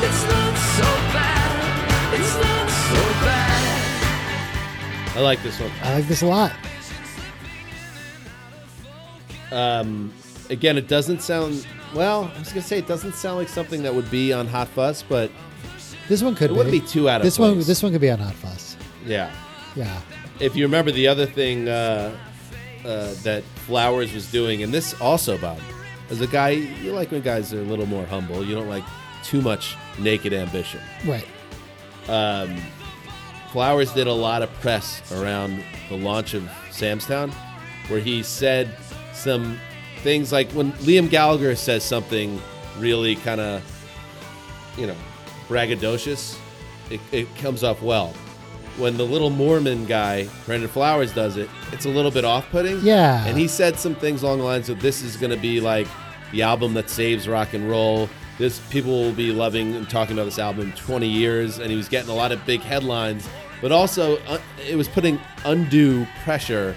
Speaker 7: It's not so bad. It's not so bad.
Speaker 2: I like this one.
Speaker 3: I like this a lot.
Speaker 2: Again, it doesn't sound Well, I was gonna say it doesn't sound like something that would be on Hot Fuzz, but
Speaker 3: This one could
Speaker 2: It wouldn't be too out of
Speaker 3: this one.
Speaker 2: place.
Speaker 3: This one could be on Hot Fuzz.
Speaker 2: yeah.
Speaker 3: Yeah,
Speaker 2: If you remember the other thing uh, uh, that Flowers was doing, and this also, Bob, as a guy, you like when guys are a little more humble. You don't like too much naked ambition.
Speaker 3: right.
Speaker 2: Flowers did a lot of press around the launch of Samstown, where he said some things like when Liam Gallagher says something really kind of, you know, braggadocious, it, it comes off well. When the little Mormon guy, Brandon Flowers, does it, it's a little bit off putting.
Speaker 3: Yeah.
Speaker 2: And he said some things along the lines of this is going to be like the album that saves rock and roll. This people will be loving and talking about this album in 20 years, and he was getting a lot of big headlines, but also uh, it was putting undue pressure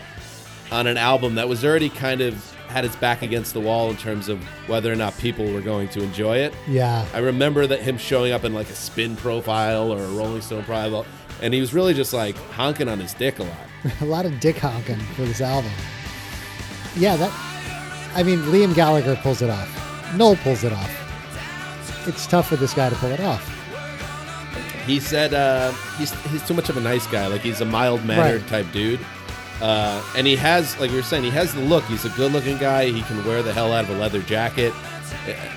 Speaker 2: on an album that was already kind of had its back against the wall in terms of whether or not people were going to enjoy it.
Speaker 3: Yeah,
Speaker 2: I remember that him showing up in like a Spin profile or a Rolling Stone profile, and he was really just like honking on his dick a lot.
Speaker 3: a lot of dick honking for this album. Yeah, that. I mean, Liam Gallagher pulls it off. Noel pulls it off. It's tough for this guy to pull it off.
Speaker 2: He said uh, he's he's too much of a nice guy. Like he's a mild mannered
Speaker 3: Right.
Speaker 2: type dude. Uh, and he has, like we were saying, he has the look. He's a good looking guy. He can wear the hell out of a leather jacket.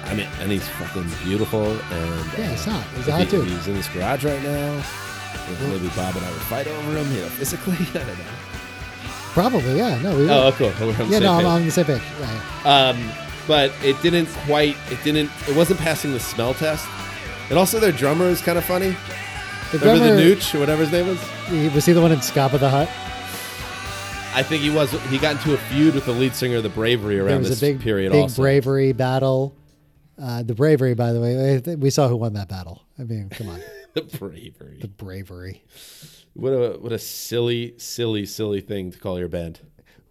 Speaker 2: I mean, and he's fucking beautiful. And
Speaker 3: Yeah,
Speaker 2: uh,
Speaker 3: he's hot. He's
Speaker 2: if
Speaker 3: a hot
Speaker 2: he-
Speaker 3: dude.
Speaker 2: He's in this garage right now. If Maybe Bob and I would fight over him, you know, physically. I don't know.
Speaker 3: Probably, yeah. No, we.
Speaker 2: Oh, cool. We're on the
Speaker 3: yeah,
Speaker 2: same
Speaker 3: no, I'm
Speaker 2: page.
Speaker 3: on the same page. Yeah, yeah.
Speaker 2: Um, but it didn't quite. It didn't. It wasn't passing the smell test. And also, their drummer is kind of funny.
Speaker 3: The
Speaker 2: Remember
Speaker 3: drummer-
Speaker 2: the Nooch or whatever his name was.
Speaker 3: he- was he the one in Scapa the Hut?
Speaker 2: I think he was. He got into a feud with the lead singer of the Bravery
Speaker 3: There
Speaker 2: around
Speaker 3: was
Speaker 2: this
Speaker 3: a big,
Speaker 2: period.
Speaker 3: big
Speaker 2: also,
Speaker 3: bravery battle. Uh, the bravery, by the way, I think we saw who won that battle. I mean, come on,
Speaker 2: the Bravery.
Speaker 3: the bravery.
Speaker 2: What a what a silly, silly, silly thing to call your band.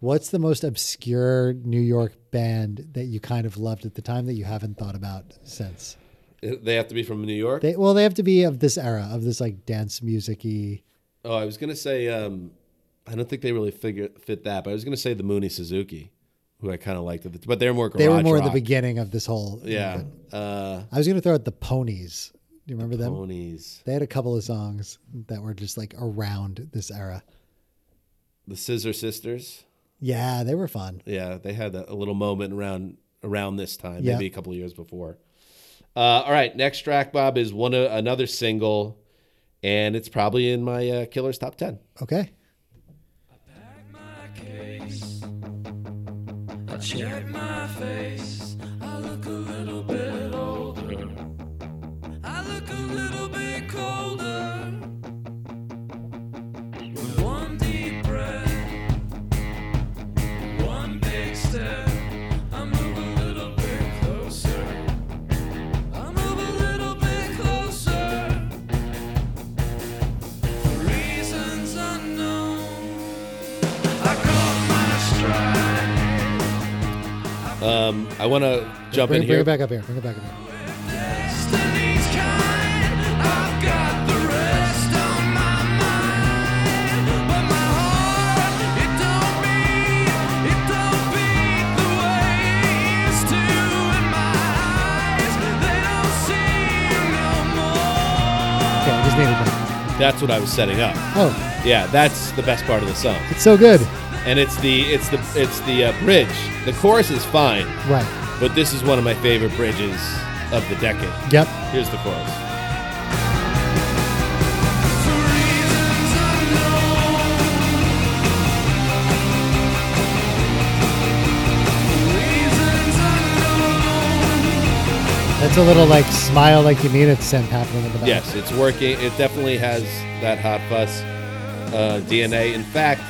Speaker 3: What's the most obscure New York band that you kind of loved at the time that you haven't thought about since?
Speaker 2: They have to be from New York.
Speaker 3: They well, they have to be of this era of this like dance musicy.
Speaker 2: oh, I was gonna say. Um, I don't think they really figure fit that, but I was gonna say the Mooney Suzuki, who I kind of liked. at the- But they're more garage.
Speaker 3: They were more
Speaker 2: rock.
Speaker 3: at the beginning of this whole.
Speaker 2: Yeah. Uh,
Speaker 3: I was gonna throw out the Ponies. Do you remember them?
Speaker 2: Ponies.
Speaker 3: They had a couple of songs that were just like around this era.
Speaker 2: The Scissor Sisters.
Speaker 3: Yeah, they were fun.
Speaker 2: Yeah, they had a, a little moment around around this time,
Speaker 3: Yeah.
Speaker 2: maybe a couple of years before. Uh, all right, next track, Bob, is one uh, another single, and it's probably in my uh, Killers top ten.
Speaker 3: Okay.
Speaker 7: I check my face. I look a little bit older. I look a little bit colder. With one deep breath, one big step, I move a little bit closer. I move a little bit closer. For reasons unknown, I caught my stride.
Speaker 2: Um, I want to jump
Speaker 3: Bring,
Speaker 2: in
Speaker 3: bring
Speaker 2: here.
Speaker 3: it back up here. Bring it back up here.
Speaker 7: Destiny's kind. I've got the rest on my mind, but my heart it don't beat, it don't beat the way it used to, and my eyes they don't see no more.
Speaker 3: Okay, I just needed that.
Speaker 2: That's what I was setting up.
Speaker 3: Oh,
Speaker 2: Yeah, that's the best part of the song,
Speaker 3: it's so good.
Speaker 2: and it's the it's the it's the uh, bridge. The chorus is fine,
Speaker 3: Right.
Speaker 2: but this is one of my favorite bridges of the decade.
Speaker 3: Yep.
Speaker 2: Here's the chorus.
Speaker 7: For reasons unknown, for reasons unknown.
Speaker 3: That's a little like smile like you mean it scent happening in the back.
Speaker 2: Yes, it's working. It definitely has that hot bus uh, DNA. In fact,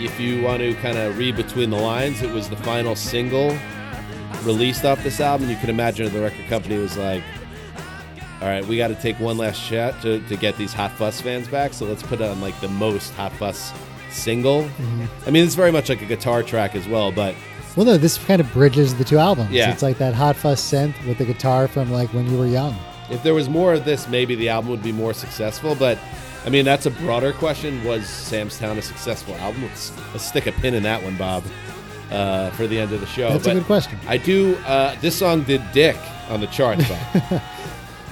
Speaker 2: if you want to kind of read between the lines, it was the final single released off this album. You can imagine the record company was like, "All right, we got to take one last shot to, to get these hot fuss fans back. So let's put on like the most hot fuss single." I mean, it's very much like a guitar track as well, but
Speaker 3: Well, no, this kind of bridges the two albums.
Speaker 2: Yeah.
Speaker 3: It's like that hot fuss scent with the guitar from like when you were young.
Speaker 2: If there was more of this, maybe the album would be more successful. But I mean, that's a broader question. Was Sam's Town a successful album? Let's, let's stick a pin in that one, Bob. uh, for the end of the show.
Speaker 3: That's a
Speaker 2: But
Speaker 3: good question.
Speaker 2: I do. Uh, this song did dick on the charts. though.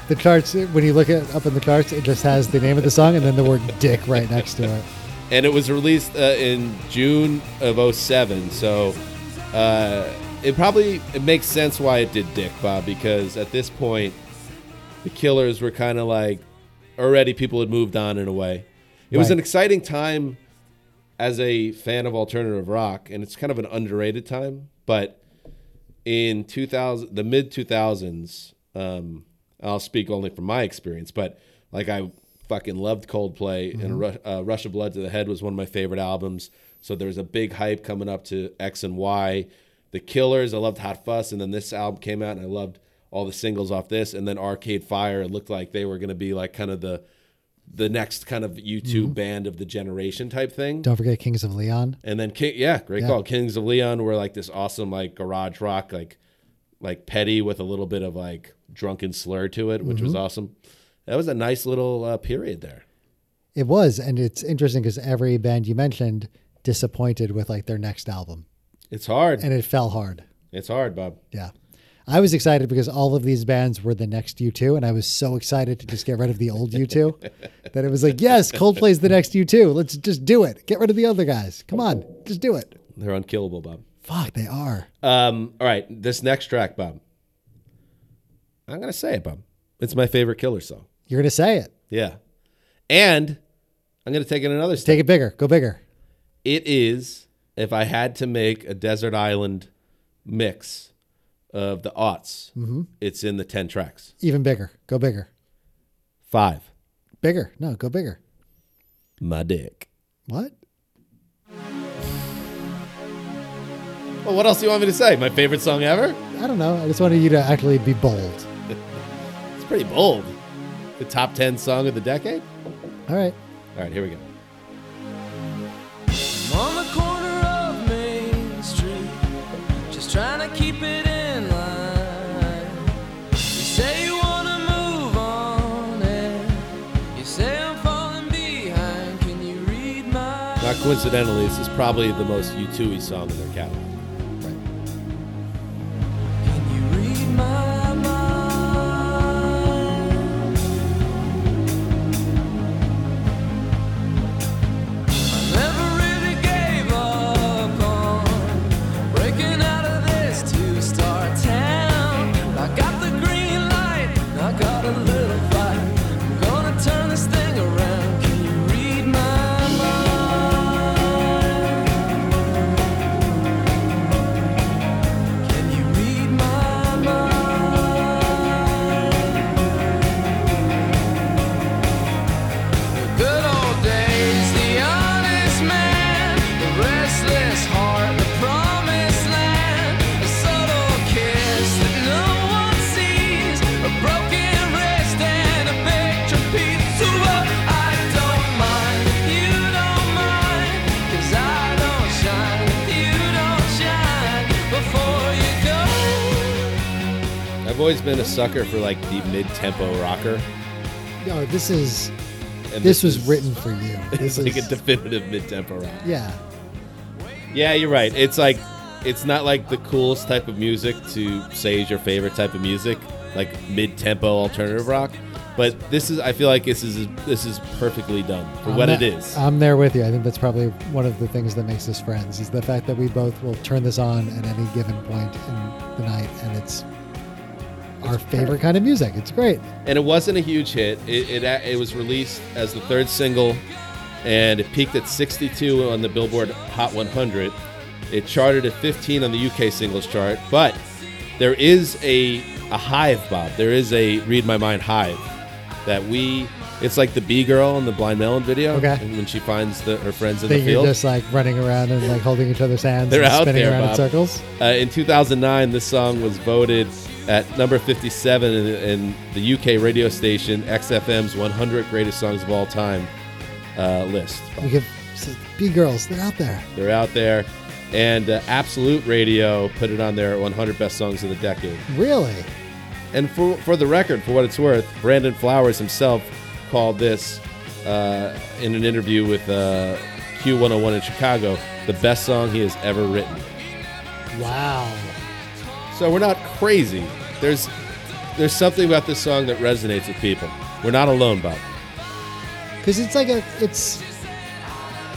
Speaker 3: The charts, when you look it up in the charts, it just has the name of the song and then the word dick right next to it.
Speaker 2: and it was released uh, in June of 07. So uh, it probably it makes sense why it did Dick Bob because at this point the Killers were kind of like already people had moved on in a way. It was
Speaker 3: Right.
Speaker 2: an exciting time as a fan of alternative rock, and it's kind of an underrated time. But in 2000, the mid 2000s, um, I'll speak only from my experience, but like I fucking loved Coldplay, and Ru- uh, Rush of Blood to the Head was one of my favorite albums. So there was a big hype coming up to X and Y. The Killers, I loved Hot Fuss, and then this album came out, and I loved all the singles off this, and then Arcade Fire. It looked like they were going to be like kind of the the next kind of U2 band of the generation type thing.
Speaker 3: Don't forget Kings of Leon.
Speaker 2: And then King, yeah, great call. Kings of Leon were like this awesome like garage rock like like petty with a little bit of like drunken slur to it, which was awesome. That was a nice little uh, period there.
Speaker 3: It was, and it's interesting because every band you mentioned disappointed with like their next album,
Speaker 2: It's hard.
Speaker 3: and it fell hard.
Speaker 2: it's hard, Bob.
Speaker 3: Yeah. I was excited because all of these bands were the next U2, and I was so excited to just get rid of the old U2 that it was like, yes, Coldplay's the next U2. Let's just do it. Get rid of the other guys. Come on, just do it.
Speaker 2: They're unkillable, Bob.
Speaker 3: Fuck, they are.
Speaker 2: Um, all right, this next track, Bob. I'm gonna say it, Bob. It's my favorite killer song.
Speaker 3: You're going to say it.
Speaker 2: Yeah, and I'm gonna take it another step.
Speaker 3: Take it bigger. Go bigger.
Speaker 2: It is if I had to make a desert island mix of the aughts, it's in the ten tracks.
Speaker 3: Even bigger. Go bigger.
Speaker 2: Five.
Speaker 3: Bigger. No, go bigger.
Speaker 2: My dick.
Speaker 3: What?
Speaker 2: Well, what else do you want me to say? My favorite song ever?
Speaker 3: I don't know. I just wanted you to actually be bold.
Speaker 2: It's pretty bold. The top ten song of the decade?
Speaker 3: All right.
Speaker 2: All right, here we go.
Speaker 7: on the corner of Main Street, just trying to keep it in line. You say you wanna move on, and you say I'm falling behind. Can you read my?
Speaker 2: Not coincidentally, this is probably the most U2 y song in their catalog.
Speaker 7: Can you read my mind? I never really gave up on breaking out of this two-star town. I got the green light, I got a little fight. I'm gonna turn this thing around. Can you read my mind? Can you read my mind? The good old days, the honest man, the restless heart, the promised land, the subtle kiss that no one sees, a broken wrist and a picture piece of I don't mind if you don't mind, 'cause I don't shine if you don't shine before you go.
Speaker 2: I've always been a sucker for like the mid-tempo rocker.
Speaker 3: No, this is
Speaker 2: And
Speaker 3: this was
Speaker 2: is-
Speaker 3: written for you. This
Speaker 2: It's like a
Speaker 3: is
Speaker 2: definitive mid-tempo rock.
Speaker 3: yeah.
Speaker 2: Yeah, you're right. It's like it's not like the coolest type of music to say is your favorite type of music, like mid-tempo alternative rock. But this is I feel like this is this is perfectly done for what
Speaker 3: I'm
Speaker 2: it
Speaker 3: the-
Speaker 2: is.
Speaker 3: I'm there with you. I think that's probably one of the things that makes us friends is the fact that we both will turn this on at any given point in the night, and it's our favorite kind of music. It's great.
Speaker 2: and it wasn't a huge hit. It, it a- it was released as the third single, and it peaked at 62 on the Billboard Hot 100. It charted at 15 on the UK singles chart, but there is a a hive, Bob. There is a "Read My Mind" hive that we. It's like the B girl in the Blind Melon video,
Speaker 3: Okay.
Speaker 2: and when she finds the, her friends in
Speaker 3: That
Speaker 2: the
Speaker 3: you're
Speaker 2: field.
Speaker 3: just like running around and like holding each other's hands,
Speaker 2: They're
Speaker 3: and
Speaker 2: out
Speaker 3: spinning
Speaker 2: there,
Speaker 3: around
Speaker 2: Bob.
Speaker 3: in circles.
Speaker 2: Uh, in 2009, this song was voted at number 57 in, in the UK radio station XFM's 100 Greatest Songs of All Time uh, list.
Speaker 3: We could be girls. They're out there.
Speaker 2: They're out there. And uh, Absolute Radio put it on their 100 Best Songs of the Decade.
Speaker 3: Really?
Speaker 2: And for, for the record, for what it's worth, Brandon Flowers himself called this uh, in oh an interview with uh, Q101 in Chicago the best song he has ever written.
Speaker 3: Wow.
Speaker 2: So we're not crazy. There's there's something about this song that resonates with people. We're not alone, Bob.
Speaker 3: Because it's like a it's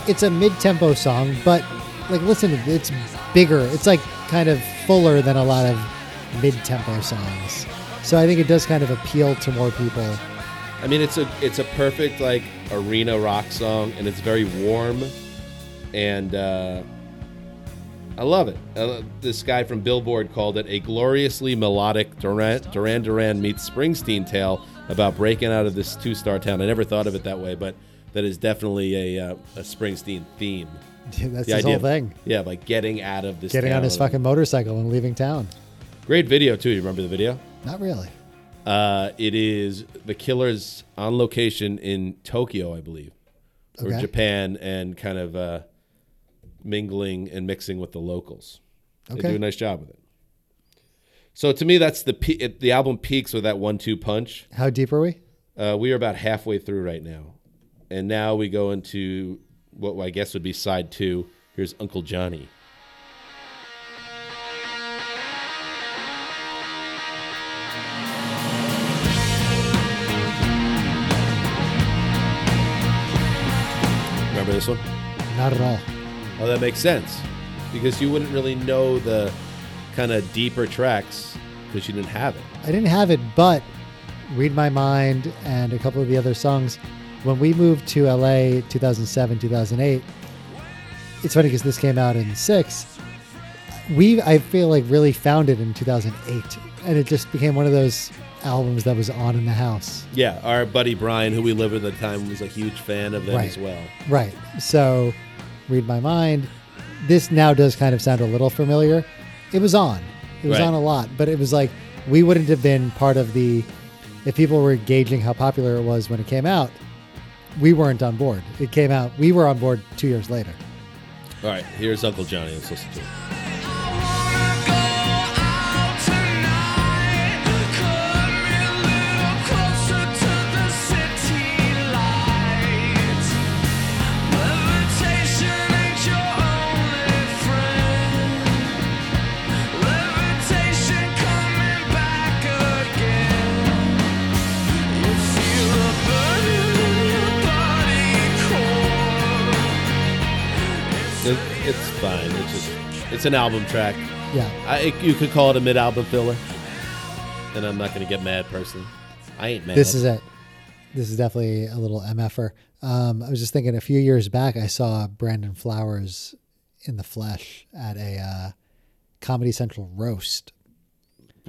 Speaker 3: it's a mid-tempo song, but like listen, to it's bigger. It's like kind of fuller than a lot of mid-tempo songs. So I think it does kind of appeal to more people.
Speaker 2: I mean, it's a it's a perfect like arena rock song, and it's very warm, and uh, I love it. I lo- this guy from Billboard called it a gloriously melodic Duran Duran Duran meets Springsteen tale about breaking out of this two star town. I never thought of it that way, but that is definitely a uh, a Springsteen theme.
Speaker 3: That's
Speaker 2: The
Speaker 3: his
Speaker 2: idea
Speaker 3: whole
Speaker 2: of-
Speaker 3: thing.
Speaker 2: yeah, like getting out of this.
Speaker 3: Getting on
Speaker 2: town.
Speaker 3: his fucking motorcycle and leaving town.
Speaker 2: great video too. You remember the video?
Speaker 3: Not really.
Speaker 2: Uh, it is the Killers on location in Tokyo, I believe, or
Speaker 3: Okay.
Speaker 2: Japan, and kind of uh, mingling and mixing with the locals. They do
Speaker 3: Okay.
Speaker 2: a nice job with it. So to me, that's the pe- it, the album peaks with that one-two punch.
Speaker 3: How deep are we?
Speaker 2: Uh, we are about halfway through right now, and now we go into what I guess would be side two. Here's Uncle Johnny. Remember this one?
Speaker 3: Not at all.
Speaker 2: Oh, that makes sense because you wouldn't really know the kind of deeper tracks because you didn't have it.
Speaker 3: I didn't have it, but Read My Mind and a couple of the other songs. When we moved to LA 2007, 2008, it's funny because this came out in six. We, I feel like, really found it in 2008. And it just became one of those albums that was on in the house.
Speaker 2: Yeah, our buddy Brian, who we lived with at the time, was a huge fan of them
Speaker 3: Right.
Speaker 2: as well.
Speaker 3: Right. So, Read My Mind. This now does kind of sound a little familiar. It was on. It was
Speaker 2: Right.
Speaker 3: on a lot, but it was like we wouldn't have been part of the. If people were gauging how popular it was when it came out, we weren't on board. It came out. We were on board two years later.
Speaker 2: All right, here's Uncle Johnny. Let's listen to it. It- it's fine. It's just it's an album track.
Speaker 3: Yeah.
Speaker 2: I it- you could call it a mid-album filler, and I'm not gonna get mad personally. I ain't mad.
Speaker 3: This is it. This is definitely a little mf'er. Um, I was just thinking a few years back, I saw Brandon Flowers in the flesh at a uh, Comedy Central roast.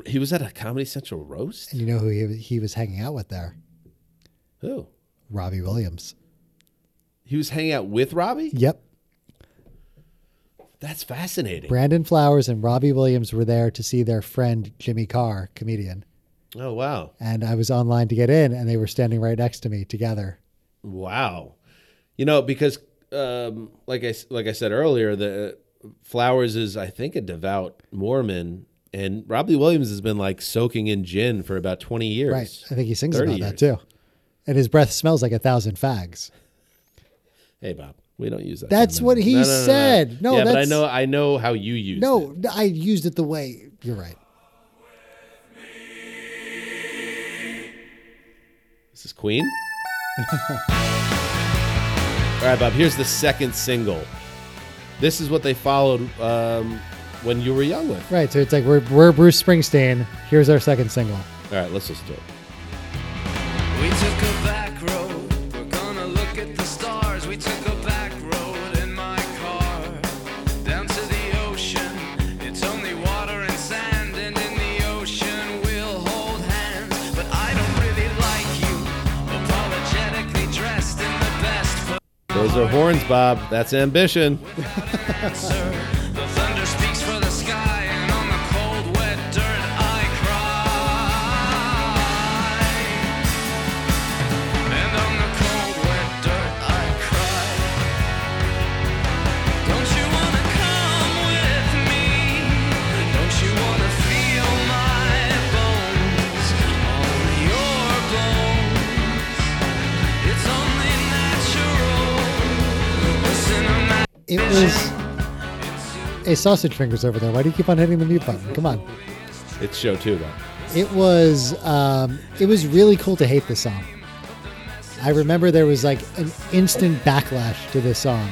Speaker 2: he was at a Comedy Central roast.
Speaker 3: And you know who he, he was hanging out with there?
Speaker 2: Who?
Speaker 3: Robbie Williams.
Speaker 2: He was hanging out with Robbie.
Speaker 3: Yep.
Speaker 2: That's fascinating.
Speaker 3: Brandon Flowers and Robbie Williams were there to see their friend Jimmy Carr, comedian.
Speaker 2: Oh wow,
Speaker 3: And I was online to get in, and they were standing right next to me together.
Speaker 2: wow. You know because um, like I s- like I said earlier, the uh, Flowers is I think a devout Mormon, and Robbie Williams has been like soaking in gin for about 20 years.
Speaker 3: Right. I think he sings
Speaker 2: 30
Speaker 3: about that too. And his breath smells like a thousand fags.
Speaker 2: Hey Bob, we don't use that.
Speaker 3: That's
Speaker 2: term
Speaker 3: what
Speaker 2: anymore.
Speaker 3: he said. No,
Speaker 2: yeah, but I
Speaker 3: that's-
Speaker 2: know I know how you use. it.
Speaker 3: No, I used it the way you're right.
Speaker 2: This is Queen. All right, Bob. Here's the second single. This is what they followed um, when you were young with.
Speaker 3: Right. So it's like we're, we're Bruce Springsteen. Here's our second single.
Speaker 2: All right, let's listen to it.
Speaker 7: We took a back road. We're gonna look at the stars. We took a back road in my car. Down to the ocean. It's only water and sand. And in the ocean, we'll hold hands. But I don't really like you. Apologetically dressed in the best
Speaker 2: Those are horns, Bob. That's ambition.
Speaker 7: answer. The thunder speaks for the sky. And on the cold, wet dirt, I cry. And on the cold, wet dirt, I cry. Don't you wanna come with me? Don't you wanna feel my bones on your bones? It's only natural. Listen, I'm
Speaker 3: It was. Hey, sausage fingers over there. Why do you keep on hitting the mute button? Come on.
Speaker 2: It's show two though.
Speaker 3: It was um, it was really cool to hate this song. I remember there was like an instant backlash to this song,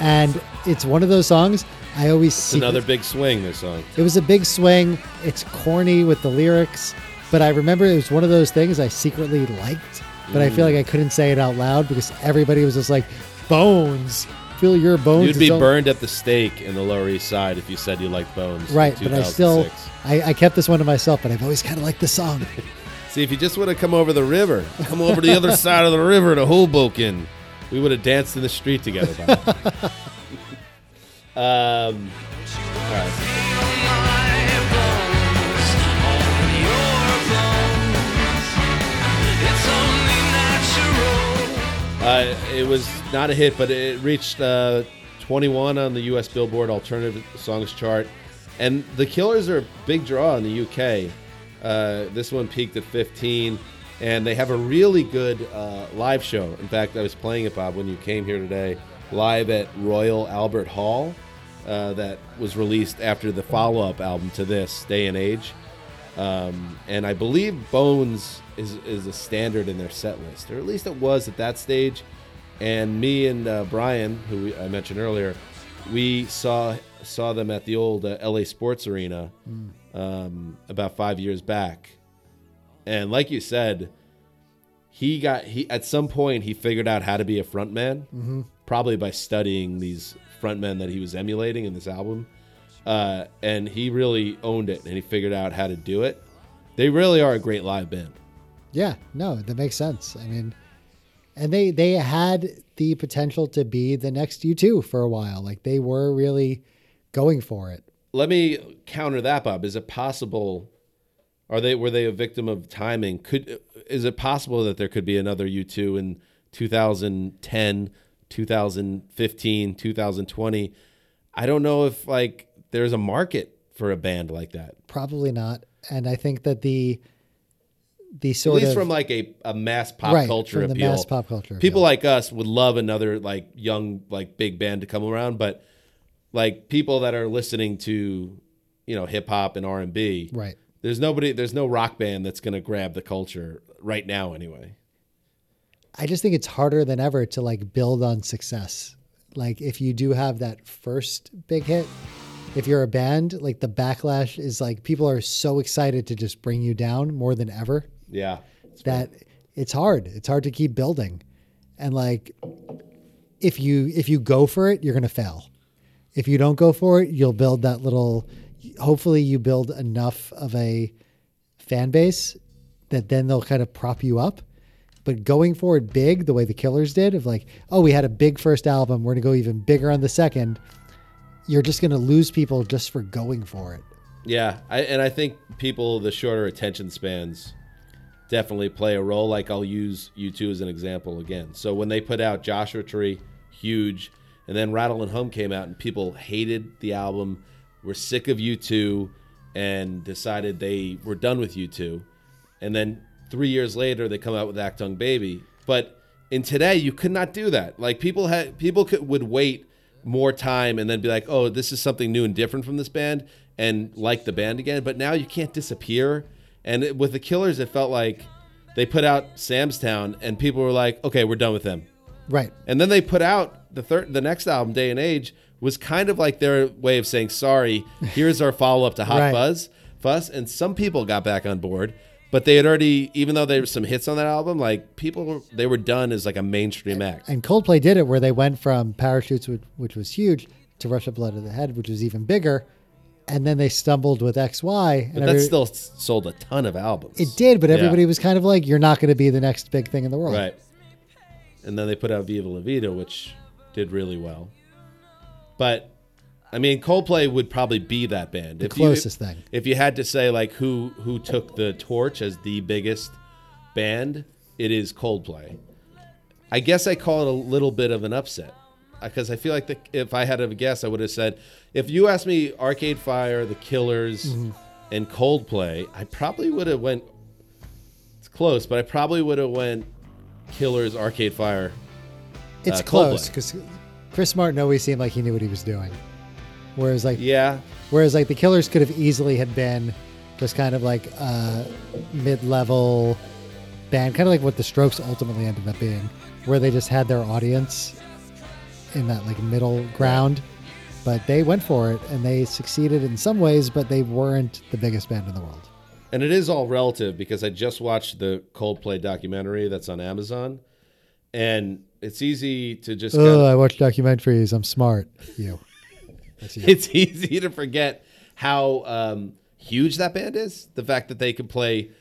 Speaker 3: and it's one of those songs I always
Speaker 2: It's
Speaker 3: see.
Speaker 2: another big swing. This song.
Speaker 3: It was a big swing. It's corny with the lyrics, but I remember it was one of those things I secretly liked, but I feel like I couldn't say it out loud because everybody was just like, "Bones, feel your bones."
Speaker 2: You'd be
Speaker 3: is on-"
Speaker 2: burned at the stake in the Lower East Side if you said you liked Bones. in
Speaker 3: right? But I still,
Speaker 2: 2006.
Speaker 3: I, I kept this one to myself. But I've always kind of liked this song.
Speaker 2: See, if you just would have come over the river, come over the other side of the river to Hoboken, we would have danced in the street together. By now. Uh, it was not a hit, but it reached uh, 21 on the U.S. Billboard Alternative Songs chart, and The Killers are a big draw in the U.K. Uh, this one peaked at 15, and they have a really good uh, live show. In fact, I was playing it, Bob, when you came here today, live at Royal Albert Hall. Uh, that was released after the follow-up album to this, Day and Age. Um, and I believe Bones is, is a standard in their set list, or at least it was at that stage. And me and uh, Brian, who we, I mentioned earlier, we saw saw them at the old uh, LA Sports Arena um, about five years back. And like you said, he got he at some point he figured out how to be a frontman, probably by studying these frontmen that he was emulating in this album uh, and he really owned it and he figured out how to do it. They really are a great live band.
Speaker 3: Yeah, no, that makes sense. I mean, and they they had the potential to be the next U two for a while. Like they were really going for it.
Speaker 2: Let me counter that, Bob. Is it possible? Are they were they a victim of timing? Could is it possible that there could be another U two in 2010, 2015, 2020? I don't know if like there's a market for a band like that,
Speaker 3: Probably not. And I think that the the
Speaker 2: at
Speaker 3: sort
Speaker 2: least
Speaker 3: of
Speaker 2: from like a, a mass pop
Speaker 3: Right,
Speaker 2: culture
Speaker 3: from the
Speaker 2: appeal.
Speaker 3: mass pop culture
Speaker 2: People
Speaker 3: appeal.
Speaker 2: like us would love another like young like big band to come around, but like people that are listening to you know hip hop and R and B,
Speaker 3: right.
Speaker 2: There's nobody. There's no rock band that's gonna grab the culture right now. Anyway,
Speaker 3: I just think it's harder than ever to like build on success. Like if you do have that first big hit, if you're a band, like the backlash is like people are so excited to just bring you down more than ever.
Speaker 2: yeah.
Speaker 3: that it's hard. It's hard to keep building. And like if you if you go for it, you're going to fail. If you don't go for it, you'll build that little hopefully you build enough of a fan base that then they'll kind of prop you up. But going forward big the way the Killers did of like, oh, we had a big first album, we're going to go even bigger on the second. You're just going to lose people just for going for it.
Speaker 2: Yeah, I, and I think people the shorter attention spans definitely play a role. Like I'll use you two as an example again. So when they put out Joshua Tree, huge, and then Rattle and Hum came out, and people hated the album, were sick of you two, and decided they were done with you two. And then three years later, they come out with Act Actung Baby. But in today, you could not do that. Like people had people could would wait more time and then be like, oh, this is something new and different from this band, and like the band again. But now you can't disappear. And it, with the Killers, it felt like they put out Sam's Town, and people were like, okay, we're done with them.
Speaker 3: Right.
Speaker 2: And then they put out the third, the next album, Day and Age, was kind of like their way of saying, "Sorry, here's our follow up to Hot
Speaker 3: Right.
Speaker 2: Fuzz." Fuss, and some people got back on board, but they had already, even though there were some hits on that album, like people were- they were done as like a mainstream act.
Speaker 3: and Coldplay did it where they went from Parachutes, which, which was huge, to Rush of Blood to the Head, which was even bigger, and then they stumbled with X Y. And
Speaker 2: But
Speaker 3: every-
Speaker 2: that still s- sold a ton of albums.
Speaker 3: it did, but
Speaker 2: Yeah.
Speaker 3: everybody was kind of like, "You're not going to be the next big thing in the world."
Speaker 2: right. And then they put out Viva La Vida, which did really well. But I mean, Coldplay would probably be that band. The
Speaker 3: closest thing.
Speaker 2: If you had to say like who who took the torch as the biggest band, it is Coldplay. I guess I call it a little bit of an upset because I feel like the, if I had a guess, I would have said if you asked me Arcade Fire, The Killers, and Coldplay, I probably would have went. It's close, but I probably would have went Killers, Arcade Fire.
Speaker 3: It's
Speaker 2: Uh,
Speaker 3: close
Speaker 2: Coldplay.
Speaker 3: because Chris Martin always seemed like he knew what he was doing. Whereas like
Speaker 2: Yeah.
Speaker 3: whereas like the Killers could have easily had been just kind of like a mid-level band, kind of like what the Strokes ultimately ended up being, where they just had their audience in that like middle ground. But they went for it and they succeeded in some ways, but they weren't the biggest band in the world.
Speaker 2: And it is all relative because I just watched the Coldplay documentary that's on Amazon, and it's easy to just kind
Speaker 3: Oh,
Speaker 2: of,
Speaker 3: I watch documentaries. I'm smart. You.
Speaker 2: it's easy to forget how um, huge that band is. The fact that they can play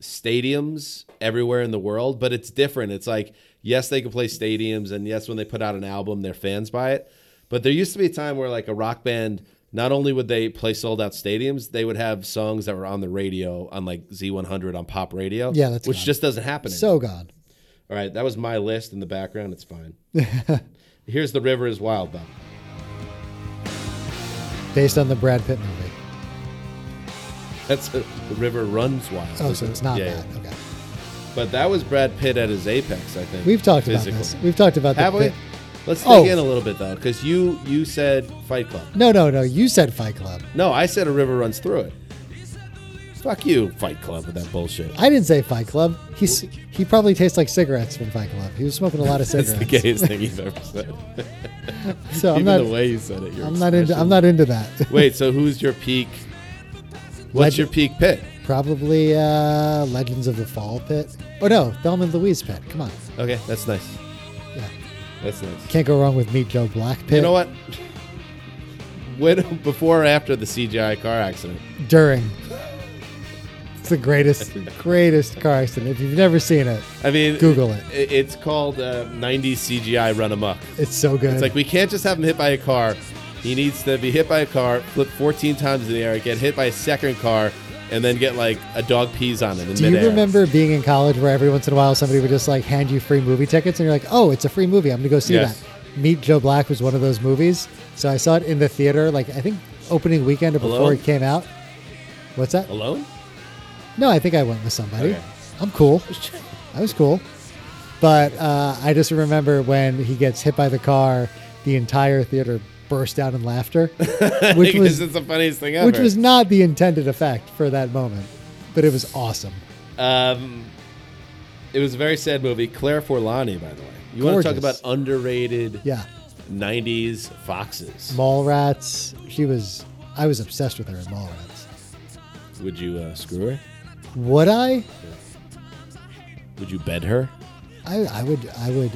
Speaker 2: stadiums everywhere in the world, but it's different. It's like yes, they can play stadiums, and yes, when they put out an album, their fans buy it. But there used to be a time where like a rock band. Not only would they play sold out stadiums, they would have songs that were on the radio on like Z100 on pop radio.
Speaker 3: Yeah, that's
Speaker 2: which
Speaker 3: gone.
Speaker 2: just doesn't happen. anymore.
Speaker 3: So gone.
Speaker 2: All right, that was my list in the background. It's fine. Here's the river is wild, Bob.
Speaker 3: Based on the Brad Pitt movie.
Speaker 2: That's the river runs wild.
Speaker 3: Oh, so
Speaker 2: isn't
Speaker 3: it's
Speaker 2: it?
Speaker 3: not
Speaker 2: Yeah,
Speaker 3: that.
Speaker 2: yeah.
Speaker 3: Okay.
Speaker 2: But that was Brad Pitt at his apex. I think
Speaker 3: We've talked
Speaker 2: physically.
Speaker 3: about this. We've talked about the
Speaker 2: Have we?
Speaker 3: Pitt-
Speaker 2: Let's dig
Speaker 3: Oh.
Speaker 2: in a little bit though, because you you said Fight Club.
Speaker 3: No, no, no. You said Fight Club.
Speaker 2: No, I said a river runs through it. Fuck you, Fight Club, with that bullshit.
Speaker 3: I didn't say Fight Club. He's he probably tastes like cigarettes from Fight Club. He was smoking a lot of
Speaker 2: That's
Speaker 3: cigarettes.
Speaker 2: the gayest thing you've ever said.
Speaker 3: So I'm
Speaker 2: Even
Speaker 3: not.
Speaker 2: the way you said it. Your
Speaker 3: I'm not into.
Speaker 2: expression.
Speaker 3: I'm not into that.
Speaker 2: Wait, so who's your peak? What's
Speaker 3: Legend-
Speaker 2: your peak pit?
Speaker 3: Probably uh, Legends of the Fall Pit. Oh no, Thelma and Louise Pit. Come on.
Speaker 2: Okay, that's nice.
Speaker 3: Yeah.
Speaker 2: That's nice.
Speaker 3: Can't go wrong with Meet Joe Black Pit.
Speaker 2: You know what? When before or after the CGI car accident?
Speaker 3: During. It's the greatest, greatest car accident. If you've never seen it,
Speaker 2: I mean,
Speaker 3: Google it.
Speaker 2: i- It's called uh, '90s CGI run amok.
Speaker 3: it's so good.
Speaker 2: It's like we can't just have him hit by a car. He needs to be hit by a car, flip 14 times in the air, get hit by a second car, and then get like a dog pees on him in
Speaker 3: Do
Speaker 2: midair.
Speaker 3: you remember being in college where every once in a while somebody would just like hand you free movie tickets and you're like, oh, it's a free movie. I'm going to go see
Speaker 2: Yes.
Speaker 3: that. Meet Joe Black was one of those movies. So I saw it in the theater, like I think opening weekend or before
Speaker 2: Alone?
Speaker 3: it came out. What's that?
Speaker 2: Alone?
Speaker 3: No, I think I went with somebody.
Speaker 2: Okay.
Speaker 3: I'm cool. I was cool. But uh, I just remember when he gets hit by the car, the entire theater burst out in laughter, which
Speaker 2: Because
Speaker 3: was
Speaker 2: it's the funniest thing ever.
Speaker 3: which was not the intended effect for that moment, but it was awesome.
Speaker 2: Um, it was a very sad movie. Claire Forlani, by the way. You want to talk about
Speaker 3: Gorgeous.
Speaker 2: underrated
Speaker 3: Yeah.
Speaker 2: 90s foxes?
Speaker 3: Mallrats. She was. I was obsessed with her in Mallrats.
Speaker 2: Would you uh, screw her?
Speaker 3: Would I?
Speaker 2: Would you bed her?
Speaker 3: I? I would. I would.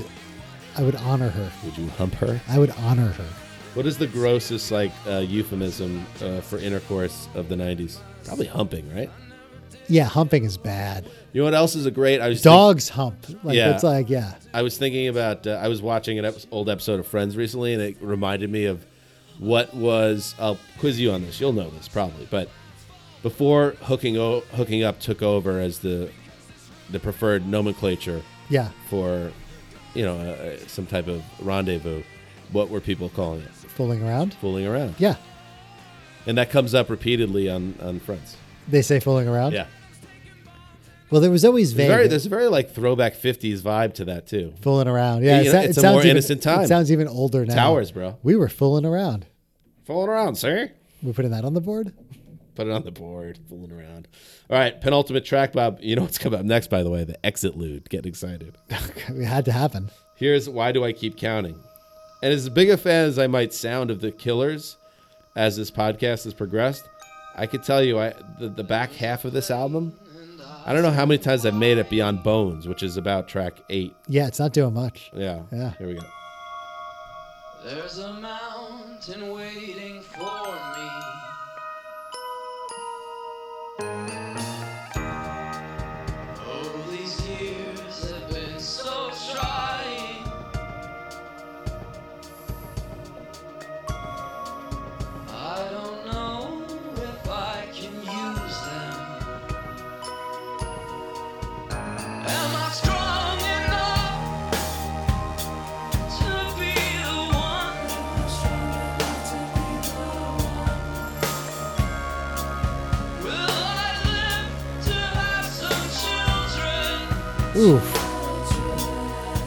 Speaker 3: I would honor her.
Speaker 2: Would you hump her?
Speaker 3: I would honor her.
Speaker 2: What is the grossest like uh, euphemism uh, for intercourse of the '90s? Probably humping, right?
Speaker 3: Yeah, humping is bad.
Speaker 2: You know what else is a great? I was think-
Speaker 3: Dogs hump. Like
Speaker 2: Yeah.
Speaker 3: it's like yeah.
Speaker 2: I was thinking about. Uh, I was watching an ep- old episode of Friends recently, and it reminded me of what was. I'll quiz you on this. You'll know this probably, but before hooking o- hooking up took over as the the preferred nomenclature
Speaker 3: Yeah.
Speaker 2: for you know uh, some type of rendezvous, what were people calling it?
Speaker 3: Fooling around.
Speaker 2: Fooling around.
Speaker 3: Yeah.
Speaker 2: And that comes up repeatedly on on Friends.
Speaker 3: They say fooling around.
Speaker 2: Yeah.
Speaker 3: Well, there was always vague.
Speaker 2: Very, there's a very like throwback 50s vibe to that too.
Speaker 3: fooling around. Yeah.
Speaker 2: You know,
Speaker 3: it sou-
Speaker 2: it's a
Speaker 3: it sounds
Speaker 2: more
Speaker 3: even-
Speaker 2: innocent time.
Speaker 3: It sounds even older now.
Speaker 2: Towers, bro.
Speaker 3: We were fooling around.
Speaker 2: Fooling around, sir.
Speaker 3: We're putting that on the board.
Speaker 2: Put it on the board. Fooling around. All right, penultimate track, Bob. You know what's coming up next, by the way. The exit lewd. Get excited.
Speaker 3: it had to happen.
Speaker 2: Here's why do I keep counting. And as big a fan as I might sound of the Killers, as this podcast has progressed, I could tell you, I the, the back half of this album. I don't know how many times I've made it beyond Bones, which is about track eight.
Speaker 3: Yeah, it's not doing much.
Speaker 2: Yeah.
Speaker 3: Yeah.
Speaker 2: Here we go.
Speaker 7: There's a mountain waiting for me. Oh, these years have been so trying. I don't know if I can use them. Am I strong enough? To be the one Will I live to have some children?
Speaker 3: Oof.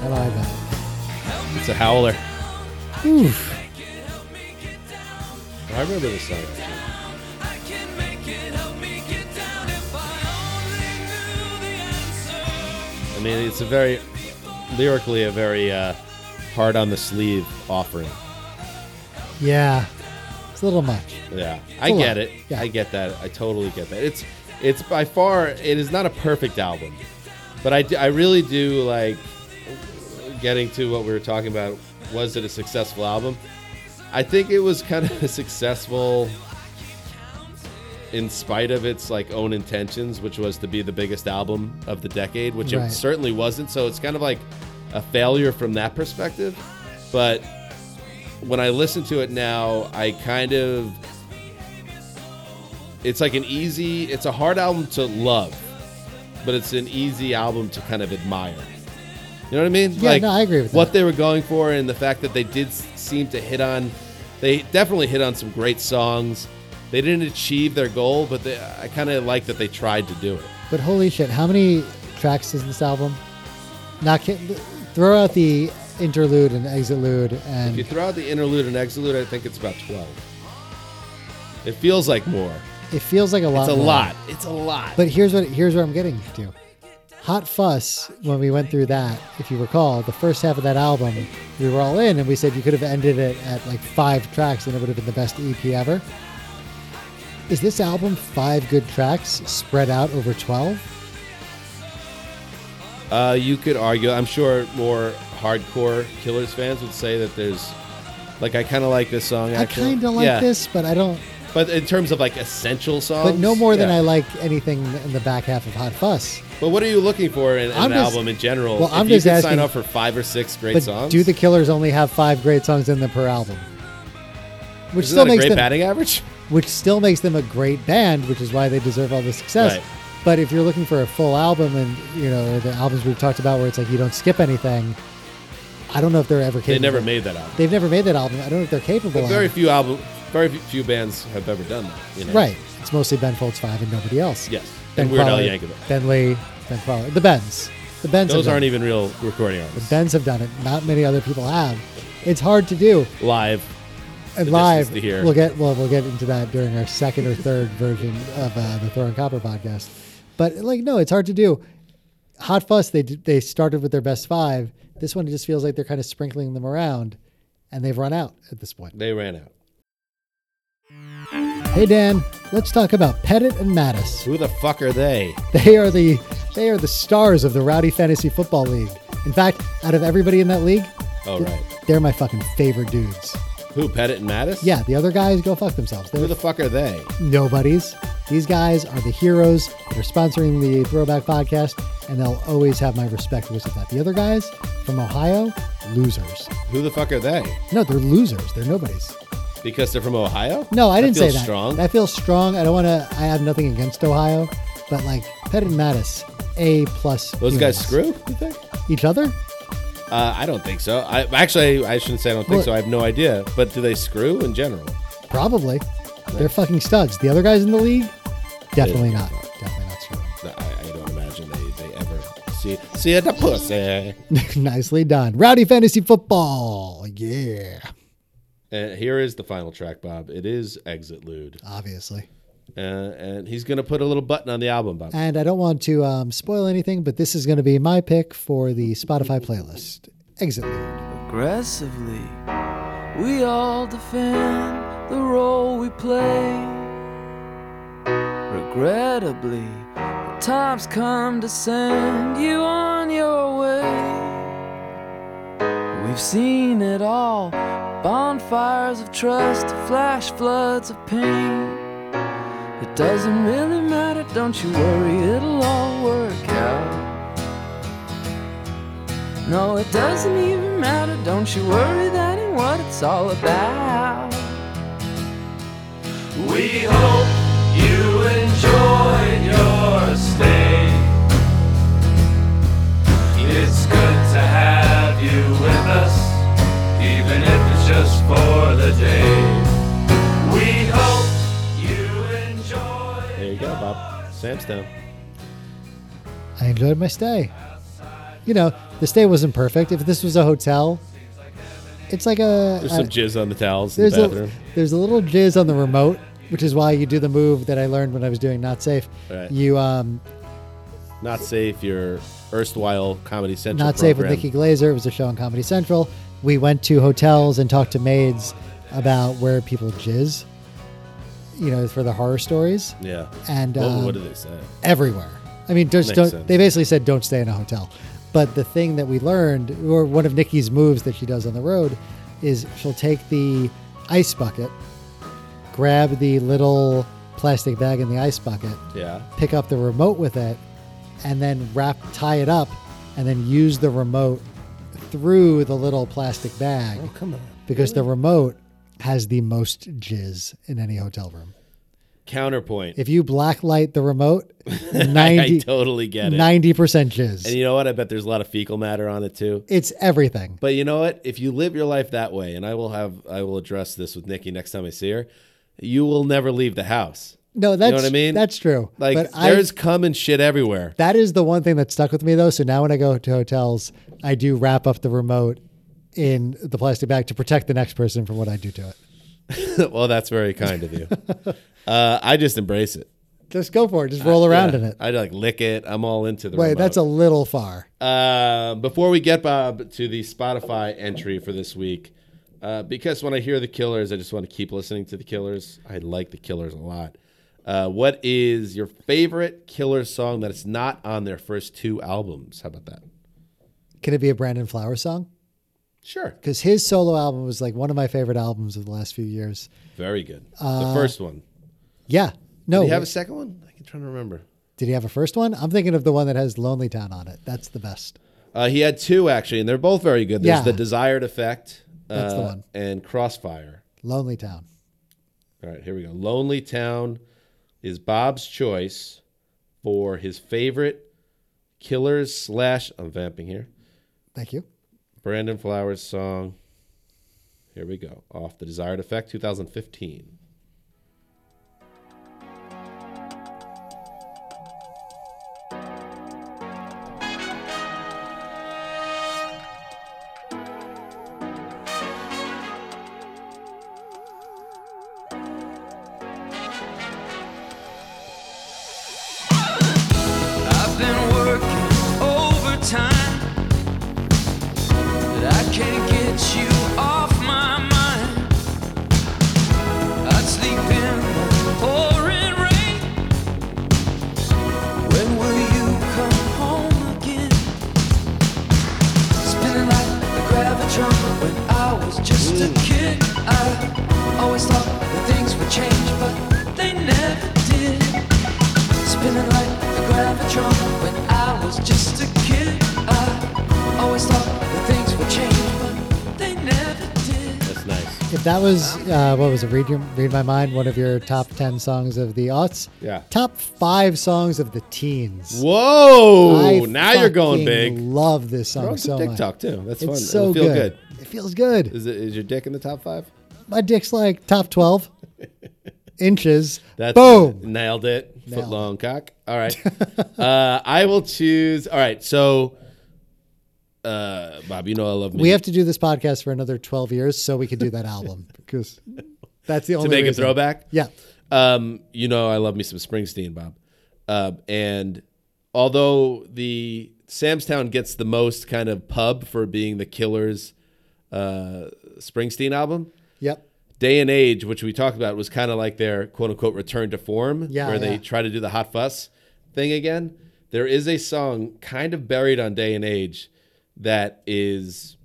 Speaker 3: I like that.
Speaker 2: It's a howler.
Speaker 3: Oof.
Speaker 2: All Oh, I remember this song. Actually.
Speaker 7: I can make it, help me get down if I only knew the answer.
Speaker 2: I mean, it's a very lyrically a very uh, hard on the sleeve offering.
Speaker 3: Yeah. It's a little much.
Speaker 2: Yeah, I
Speaker 3: Full
Speaker 2: get
Speaker 3: on.
Speaker 2: it.
Speaker 3: Yeah.
Speaker 2: I get that. I totally get that. It's it's by far it is not a perfect album, but I d- I really do like getting to what we were talking about. Was it a successful album? I think it was kind of successful in spite of its like own intentions, which was to be the biggest album of the decade, which it
Speaker 3: Right.
Speaker 2: certainly wasn't. So it's kind of like a failure from that perspective. But when I listen to it now, I kind of it's like an easy it's a hard album to love, but it's an easy album to kind of admire. You know what I mean?
Speaker 3: Yeah, no, I agree with
Speaker 2: What
Speaker 3: that.
Speaker 2: they were going for and the fact that they did s- seem to hit on they definitely hit on some great songs. They didn't achieve their goal, but they, I kind of like that they tried to do it.
Speaker 3: But holy shit, how many tracks is this album? Not kidding. Throw out the interlude and exitlude
Speaker 2: If you
Speaker 3: and
Speaker 2: throw out the interlude and exlude, I think it's about 12. It feels like more.
Speaker 3: it feels like a lot.
Speaker 2: It's a
Speaker 3: more.
Speaker 2: lot. It's a lot.
Speaker 3: But here's what here's what I'm getting to. Hot Fuss, when we went through that, if you recall, the first half of that album, we were all in and we said you could have ended it at like five tracks and it would have been the best EP ever. Is this album five good tracks spread out over 12?
Speaker 2: Uh, you could argue. I'm sure more hardcore Killers fans would say that there's, like, I kind of like this song.
Speaker 3: I
Speaker 2: Actually.
Speaker 3: kind of like
Speaker 2: Yeah.
Speaker 3: this, but I don't.
Speaker 2: but in terms of like essential songs,
Speaker 3: But no more than
Speaker 2: yeah.
Speaker 3: I like anything in the back half of Hot Fuss.
Speaker 2: But what are you looking for in, in
Speaker 3: I'm
Speaker 2: an
Speaker 3: just-
Speaker 2: album in general?
Speaker 3: well,
Speaker 2: if
Speaker 3: I'm
Speaker 2: you
Speaker 3: just
Speaker 2: could
Speaker 3: asking-
Speaker 2: sign up for five or six great
Speaker 3: But
Speaker 2: songs.
Speaker 3: do the Killers only have five great songs in them per album? Which
Speaker 2: Isn't
Speaker 3: still
Speaker 2: that a
Speaker 3: makes
Speaker 2: great
Speaker 3: them
Speaker 2: batting average?
Speaker 3: which still makes them a great band, which is why they deserve all the success.
Speaker 2: Right.
Speaker 3: But if you're looking for a full album, and you know the albums we've talked about where it's like you don't skip anything, I don't know if they're ever capable.
Speaker 2: They never made that album.
Speaker 3: They've never made that album. I don't know if they're capable.
Speaker 2: But
Speaker 3: of
Speaker 2: very
Speaker 3: it.
Speaker 2: few album, very few bands have ever done that. You know?
Speaker 3: right. It's mostly Ben Folds Five and nobody else.
Speaker 2: Yes.
Speaker 3: Ben
Speaker 2: And Weird Al
Speaker 3: Crowley,
Speaker 2: Yankovic.
Speaker 3: Ben Lee, Ben Crowley, the Bens, the Bens.
Speaker 2: Those
Speaker 3: have done
Speaker 2: aren't
Speaker 3: it.
Speaker 2: even real recording albums.
Speaker 3: Bens have done it. Not many other people have. It's hard to do.
Speaker 2: Live.
Speaker 3: and
Speaker 2: the
Speaker 3: live
Speaker 2: distance to hear.
Speaker 3: we'll get well we'll get into that during our second or third version of uh, the Thor and Copper podcast. But like no, it's hard to do. Hot Fuss they did- they started with their best five. This one just feels like they're kind of sprinkling them around, and they've run out at this point.
Speaker 2: They ran out.
Speaker 3: Hey Dan, let's talk about Pettit and Mattis.
Speaker 2: Who the fuck are they?
Speaker 3: They are the they are the stars of the Rowdy Fantasy Football League. In fact, out of everybody in that league,
Speaker 2: Oh
Speaker 3: th-
Speaker 2: right.
Speaker 3: they're my fucking favorite dudes.
Speaker 2: Who? Pettit and Mattis?
Speaker 3: Yeah, the other guys go fuck themselves. They're
Speaker 2: Who the fuck are they?
Speaker 3: nobodies. These guys are the heroes. They're sponsoring the Throwback Podcast, and they'll always have my respect because of that. The other guys from Ohio, losers.
Speaker 2: Who the fuck are they?
Speaker 3: No, they're losers. They're nobodies.
Speaker 2: Because they're from Ohio?
Speaker 3: No, I
Speaker 2: That
Speaker 3: didn't say
Speaker 2: feels
Speaker 3: that.
Speaker 2: Strong.
Speaker 3: That feels strong. I don't want to. I have nothing against Ohio, but like Pettit and Mattis, A plus.
Speaker 2: Those guys
Speaker 3: humans.
Speaker 2: screw. You think?
Speaker 3: each other.
Speaker 2: Uh, I don't think so. I actually I shouldn't say I don't think
Speaker 3: Well-
Speaker 2: so. I have no idea. But do they screw in general?
Speaker 3: Probably. They're fucking studs. The other guys in the league, definitely not. Definitely not screwing.
Speaker 2: No, I, I don't imagine they, they ever see see the pussy.
Speaker 3: Nicely done. Rowdy fantasy football. Yeah.
Speaker 2: And Uh, here is the final track, Bob. It is Exit Lude,
Speaker 3: Obviously.
Speaker 2: uh, and he's gonna put a little button on the album, Bob.
Speaker 3: And I don't want to um, spoil anything, but this is going to be my pick for the Spotify playlist. Exit Lude.
Speaker 7: aggressively. We all defend the role we play. Regrettably, the times come to send you on your way. We've seen it all bonfires of trust, flash floods of pain. It doesn't really matter, don't you worry, it'll all work out. No, it doesn't even matter. Don't you worry, that ain't what it's all about. We hope you enjoyed your stay. It's good to have you with us, even if it's just for the day. We hope you enjoy.
Speaker 2: There you go, Bob. Sam's down.
Speaker 3: I enjoyed my stay. You know, the stay wasn't perfect. If this was a hotel, it's like a
Speaker 2: There's
Speaker 3: a-
Speaker 2: some jizz on the towels in the
Speaker 3: Uh, there's
Speaker 2: bathroom.
Speaker 3: a there's a little jizz on the remote, which is why you do the move that I learned when I was doing not safe.
Speaker 2: Right.
Speaker 3: You um
Speaker 2: Not safe. Your erstwhile Comedy Central.
Speaker 3: Not Safe with
Speaker 2: program.
Speaker 3: Nikki Glazer. It was a show on Comedy Central. We went to hotels and talked to maids about where people jizz, you know, for the horror stories
Speaker 2: Yeah.
Speaker 3: And,
Speaker 2: what,
Speaker 3: um,
Speaker 2: what do they say?
Speaker 3: everywhere. I mean, just
Speaker 2: Makes
Speaker 3: don't,
Speaker 2: sense.
Speaker 3: they basically said don't stay in a hotel. But the thing that we learned, or one of Nikki's moves that she does on the road, is she'll take the ice bucket, grab the little plastic bag in the ice bucket,
Speaker 2: Yeah.
Speaker 3: pick up the remote with it and then wrap tie it up and then use the remote through the little plastic bag
Speaker 2: Oh, Come on.
Speaker 3: because the remote has the most jizz in any hotel room.
Speaker 2: Counterpoint.
Speaker 3: If you blacklight the remote,
Speaker 2: I
Speaker 3: 90,
Speaker 2: totally get it.
Speaker 3: 90% jizz.
Speaker 2: And you know what? I bet there's a lot of fecal matter on it too.
Speaker 3: it's everything.
Speaker 2: But you know what? If you live your life that way, and I will have, I will address this with Nikki next time I see her. You will never leave the house.
Speaker 3: No, that's
Speaker 2: you know what I mean.
Speaker 3: that's true.
Speaker 2: Like
Speaker 3: but I,
Speaker 2: there's cum and shit everywhere.
Speaker 3: that is the one thing that stuck with me though. So now when I go to hotels, I do wrap up the remote in the plastic bag to protect the next person from what I do to it.
Speaker 2: well, that's very kind of you. uh, I just embrace it.
Speaker 3: Just go for it. Just roll around in
Speaker 2: Yeah.
Speaker 3: it.
Speaker 2: I like lick it. I'm all into the.
Speaker 3: Wait, that's a little far.
Speaker 2: Uh, before we get Bob to the Spotify entry for this week, uh, because when I hear the Killers, I just want to keep listening to the Killers. I like the Killers a lot. Uh, what is your favorite Killers song that is not on their first two albums? How about that?
Speaker 3: Can it be a Brandon Flowers song?
Speaker 2: Sure,
Speaker 3: Because his solo album was like one of my favorite albums of the last few years.
Speaker 2: very good.
Speaker 3: Uh,
Speaker 2: the first one.
Speaker 3: Yeah. No.
Speaker 2: Do you have a second one? I can try to remember.
Speaker 3: did he have a first one? I'm thinking of the one that has Lonely Town on it. That's the best.
Speaker 2: Uh, he had two actually, and they're both very good. There's
Speaker 3: Yeah.
Speaker 2: the Desired Effect.
Speaker 3: That's the
Speaker 2: uh,
Speaker 3: one.
Speaker 2: And Crossfire.
Speaker 3: Lonely Town.
Speaker 2: All right, here we go. Lonely Town is Bob's choice for his favorite Killers slash. I'm vamping here.
Speaker 3: Thank you.
Speaker 2: Brandon Flowers song. Here we go. Off the Desired Effect, 2015.
Speaker 7: I've been working overtime, but I can't get you off my mind. I'd sleep in the pouring rain. When will you come home again? Spinning like the gravitron when I was just a kid. I always thought that things would change, but they never did. Spinning like the gravitron when I was just a kid. I always thought that things would change, but they never did.
Speaker 2: That's nice.
Speaker 3: If that was, uh, what was it, Read, Your, Read My Mind, one of your top 10 songs of the aughts?
Speaker 2: Yeah.
Speaker 3: Top five songs of the teens.
Speaker 2: Whoa!
Speaker 3: I
Speaker 2: now you're going
Speaker 3: fucking
Speaker 2: big.
Speaker 3: love this song
Speaker 2: Throw it
Speaker 3: so
Speaker 2: to
Speaker 3: much.
Speaker 2: TikTok too. That's
Speaker 3: It's
Speaker 2: fun.
Speaker 3: so
Speaker 2: It'll feel good.
Speaker 3: It feels good.
Speaker 2: Is, it, is your dick in the top five?
Speaker 3: My dick's like top 12 inches.
Speaker 2: That's
Speaker 3: Boom.
Speaker 2: Nailed it.
Speaker 3: Nailed
Speaker 2: Foot long cock. All right. uh, I will choose. All right. So, uh, Bob, you know I love music.
Speaker 3: We have to do this podcast for another 12 years so we can do that album because that's the only
Speaker 2: to make
Speaker 3: reason.
Speaker 2: a throwback.
Speaker 3: Yeah.
Speaker 2: Um, you know, I love me some Springsteen, Bob. Uh, and although the Samstown gets the most kind of pub for being the Killers uh, Springsteen album,
Speaker 3: Yep.
Speaker 2: Day and Age, which we talked about, was kind of like their quote unquote return to form,
Speaker 3: Yeah,
Speaker 2: where they
Speaker 3: yeah.
Speaker 2: try to do the hot fuss thing again. There is a song kind of buried on Day and Age that is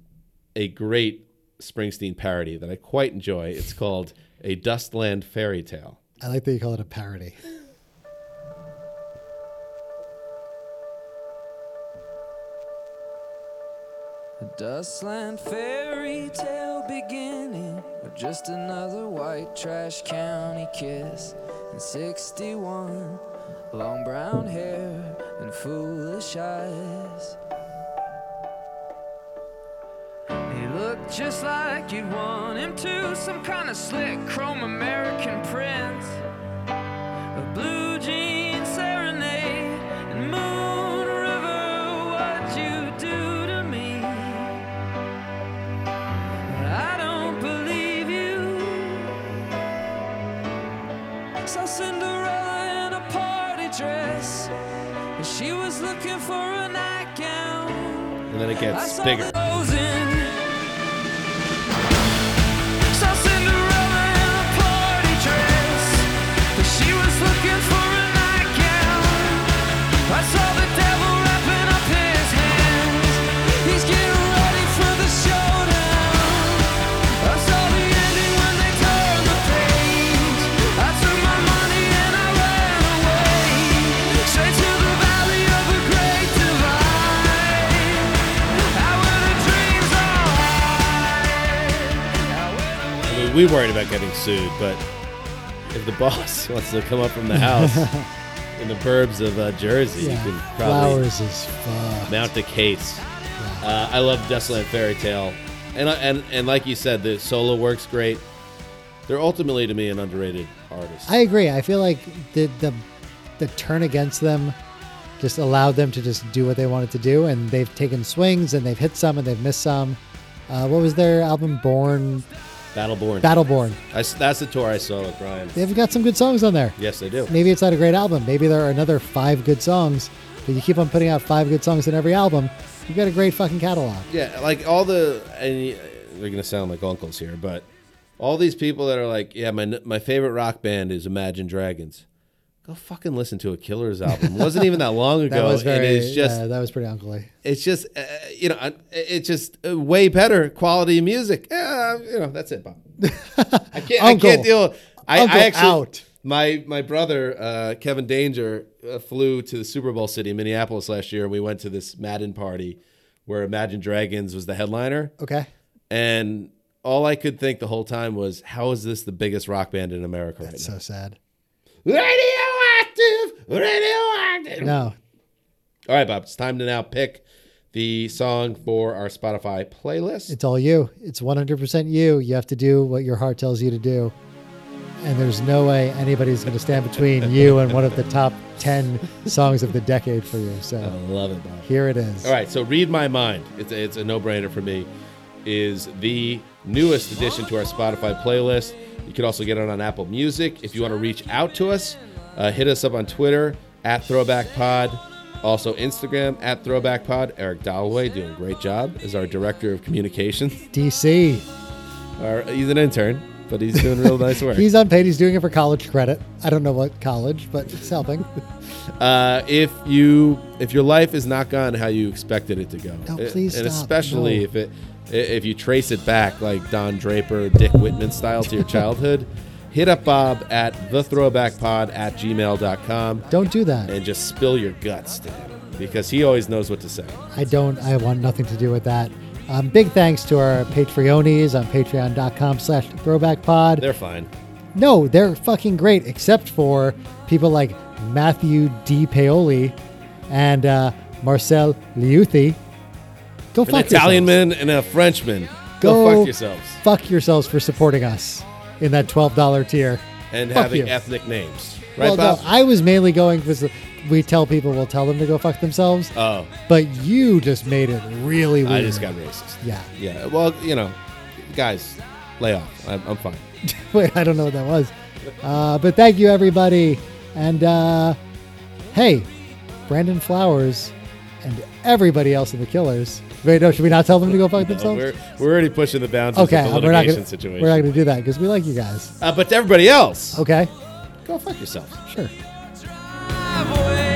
Speaker 2: a great Springsteen parody that I quite enjoy. It's called A Dustland Fairy Tale.
Speaker 3: I like that you call it a parody.
Speaker 7: A dustland fairy tale beginning with just another white trash county kiss and 61 long brown hair and foolish eyes he looked just like you'd want him to some kind of slick chrome american prince a blue jean serenade and moon river what you do to me I Cinderella in a party dress, and she was looking for a nightgown.
Speaker 2: And then it
Speaker 7: I
Speaker 2: gets
Speaker 7: saw
Speaker 2: bigger.
Speaker 7: the Rosen. Saw Cinderella in a party dress, but she was looking for a nightgown. I saw the devil wrapping up his hands. He's getting ready for the showdown. I saw the ending when they turned the page. I took my money and I ran away, straight to the valley of the great divide.
Speaker 2: I mean, we worried about getting sued, but if the boss wants to come up from the house in the burbs of uh, Jersey,
Speaker 3: Yeah.
Speaker 2: you can probably
Speaker 3: Flowers is fucked.
Speaker 2: mount a case. Uh, I love Desolate Fairy Tale, and I- and and like you said, the solo works great. They're ultimately to me an underrated artist.
Speaker 3: I agree. I feel like the the the turn against them just allowed them to just do what they wanted to do, and they've taken swings and they've hit some and they've missed some. Uh, what was their album? Born
Speaker 2: Battleborn.
Speaker 3: Battleborn.
Speaker 2: I s that's the tour I saw with Brian.
Speaker 3: They've got some good songs on there.
Speaker 2: Yes, they do.
Speaker 3: Maybe it's not a great album. Maybe there are another five good songs, but you keep on putting out five good songs in every album. You've got a great fucking catalog.
Speaker 2: Yeah, like all the and uh, they're gonna sound like uncles here, but all these people that are like, yeah, my n- my favorite rock band is Imagine Dragons. Go fucking listen to a Killers album. It wasn't even that long
Speaker 3: That
Speaker 2: ago.
Speaker 3: was very. uh,
Speaker 2: it is just,
Speaker 3: yeah, that was pretty uncly.
Speaker 2: it's just, uh, you know, I- it's just uh, way better quality music. Yeah, you know, that's it, Bob. I can't, I
Speaker 3: Uncle.
Speaker 2: can't deal. I,
Speaker 3: Uncle
Speaker 2: I actually,
Speaker 3: out.
Speaker 2: my my brother uh, Kevin Danger uh, flew to the Super Bowl city, in Minneapolis last year, and we went to this Madden party where Imagine Dragons was the headliner.
Speaker 3: Okay.
Speaker 2: And all I could think the whole time was, how is this the biggest rock band in America right
Speaker 3: So sad.
Speaker 2: now? Radioactive, radioactive.
Speaker 3: No.
Speaker 2: All right, Bob, it's time to now pick the song for our Spotify playlist.
Speaker 3: It's all you. It's 100% you. You have to do what your heart tells you to do. And there's no way anybody's going to stand between you and one of the top 10 songs of the decade for you.
Speaker 2: I
Speaker 3: So
Speaker 2: love it, Bob.
Speaker 3: here it is.
Speaker 2: All right, so Read My Mind, it's a, it's a no brainer for me, is the newest addition to our Spotify playlist. You can also get it on Apple Music. If you want to reach out to us, uh, hit us up on Twitter at Throwback Pod, also Instagram at Throwback Pod. Eric Dalloway doing a great job as our director of communications.
Speaker 3: DC.
Speaker 2: Our, he's an intern, but he's doing real nice work.
Speaker 3: He's unpaid. He's doing it for college credit. I don't know what college, but it's helping.
Speaker 2: Uh, if you if your life is not gone how you expected it to go,
Speaker 3: No,
Speaker 2: It-
Speaker 3: please
Speaker 2: and
Speaker 3: stop.
Speaker 2: especially
Speaker 3: No.
Speaker 2: if it i- if you trace it back like Don Draper, Dick Whitman style to your childhood, hit up Bob at throwbackpod at gmail.com
Speaker 3: Don't do that.
Speaker 2: and just spill your guts to him because he always knows what to say.
Speaker 3: I don't. I want nothing to do with that. Um, big thanks to our Patreonies on patreon.com slash throwback pod.
Speaker 2: They're fine.
Speaker 3: No, they're fucking great, except for people like Matthew D. Paoli and uh, Marcel Liuthi. Go
Speaker 2: An
Speaker 3: fuck
Speaker 2: Italian
Speaker 3: yourselves.
Speaker 2: man and a Frenchman. Go,
Speaker 3: Go
Speaker 2: fuck yourselves
Speaker 3: Fuck yourselves for supporting us in that twelve dollar tier.
Speaker 2: and
Speaker 3: fuck
Speaker 2: having
Speaker 3: you.
Speaker 2: ethnic names, right,
Speaker 3: well,
Speaker 2: Bob?
Speaker 3: no, I was mainly going because we tell people we'll tell them to go fuck themselves,
Speaker 2: oh,
Speaker 3: but you just made it really weird.
Speaker 2: I just got racist.
Speaker 3: yeah.
Speaker 2: Yeah. Well, you know, guys, lay off. I'm, I'm fine.
Speaker 3: Wait, I don't know what that was. Uh, but thank you, everybody. And uh, hey, Brandon Flowers and everybody else in the Killers. Wait, no, should we not tell them to go fuck
Speaker 2: Uh,
Speaker 3: themselves?
Speaker 2: we're, we're already pushing the boundaries
Speaker 3: okay,
Speaker 2: of the
Speaker 3: we're not
Speaker 2: litigation
Speaker 3: gonna
Speaker 2: situation.
Speaker 3: we're not gonna do that because we like you guys.
Speaker 2: uh, but to everybody else,
Speaker 3: Okay,
Speaker 2: go fuck yourself.
Speaker 3: sure.
Speaker 7: driveway.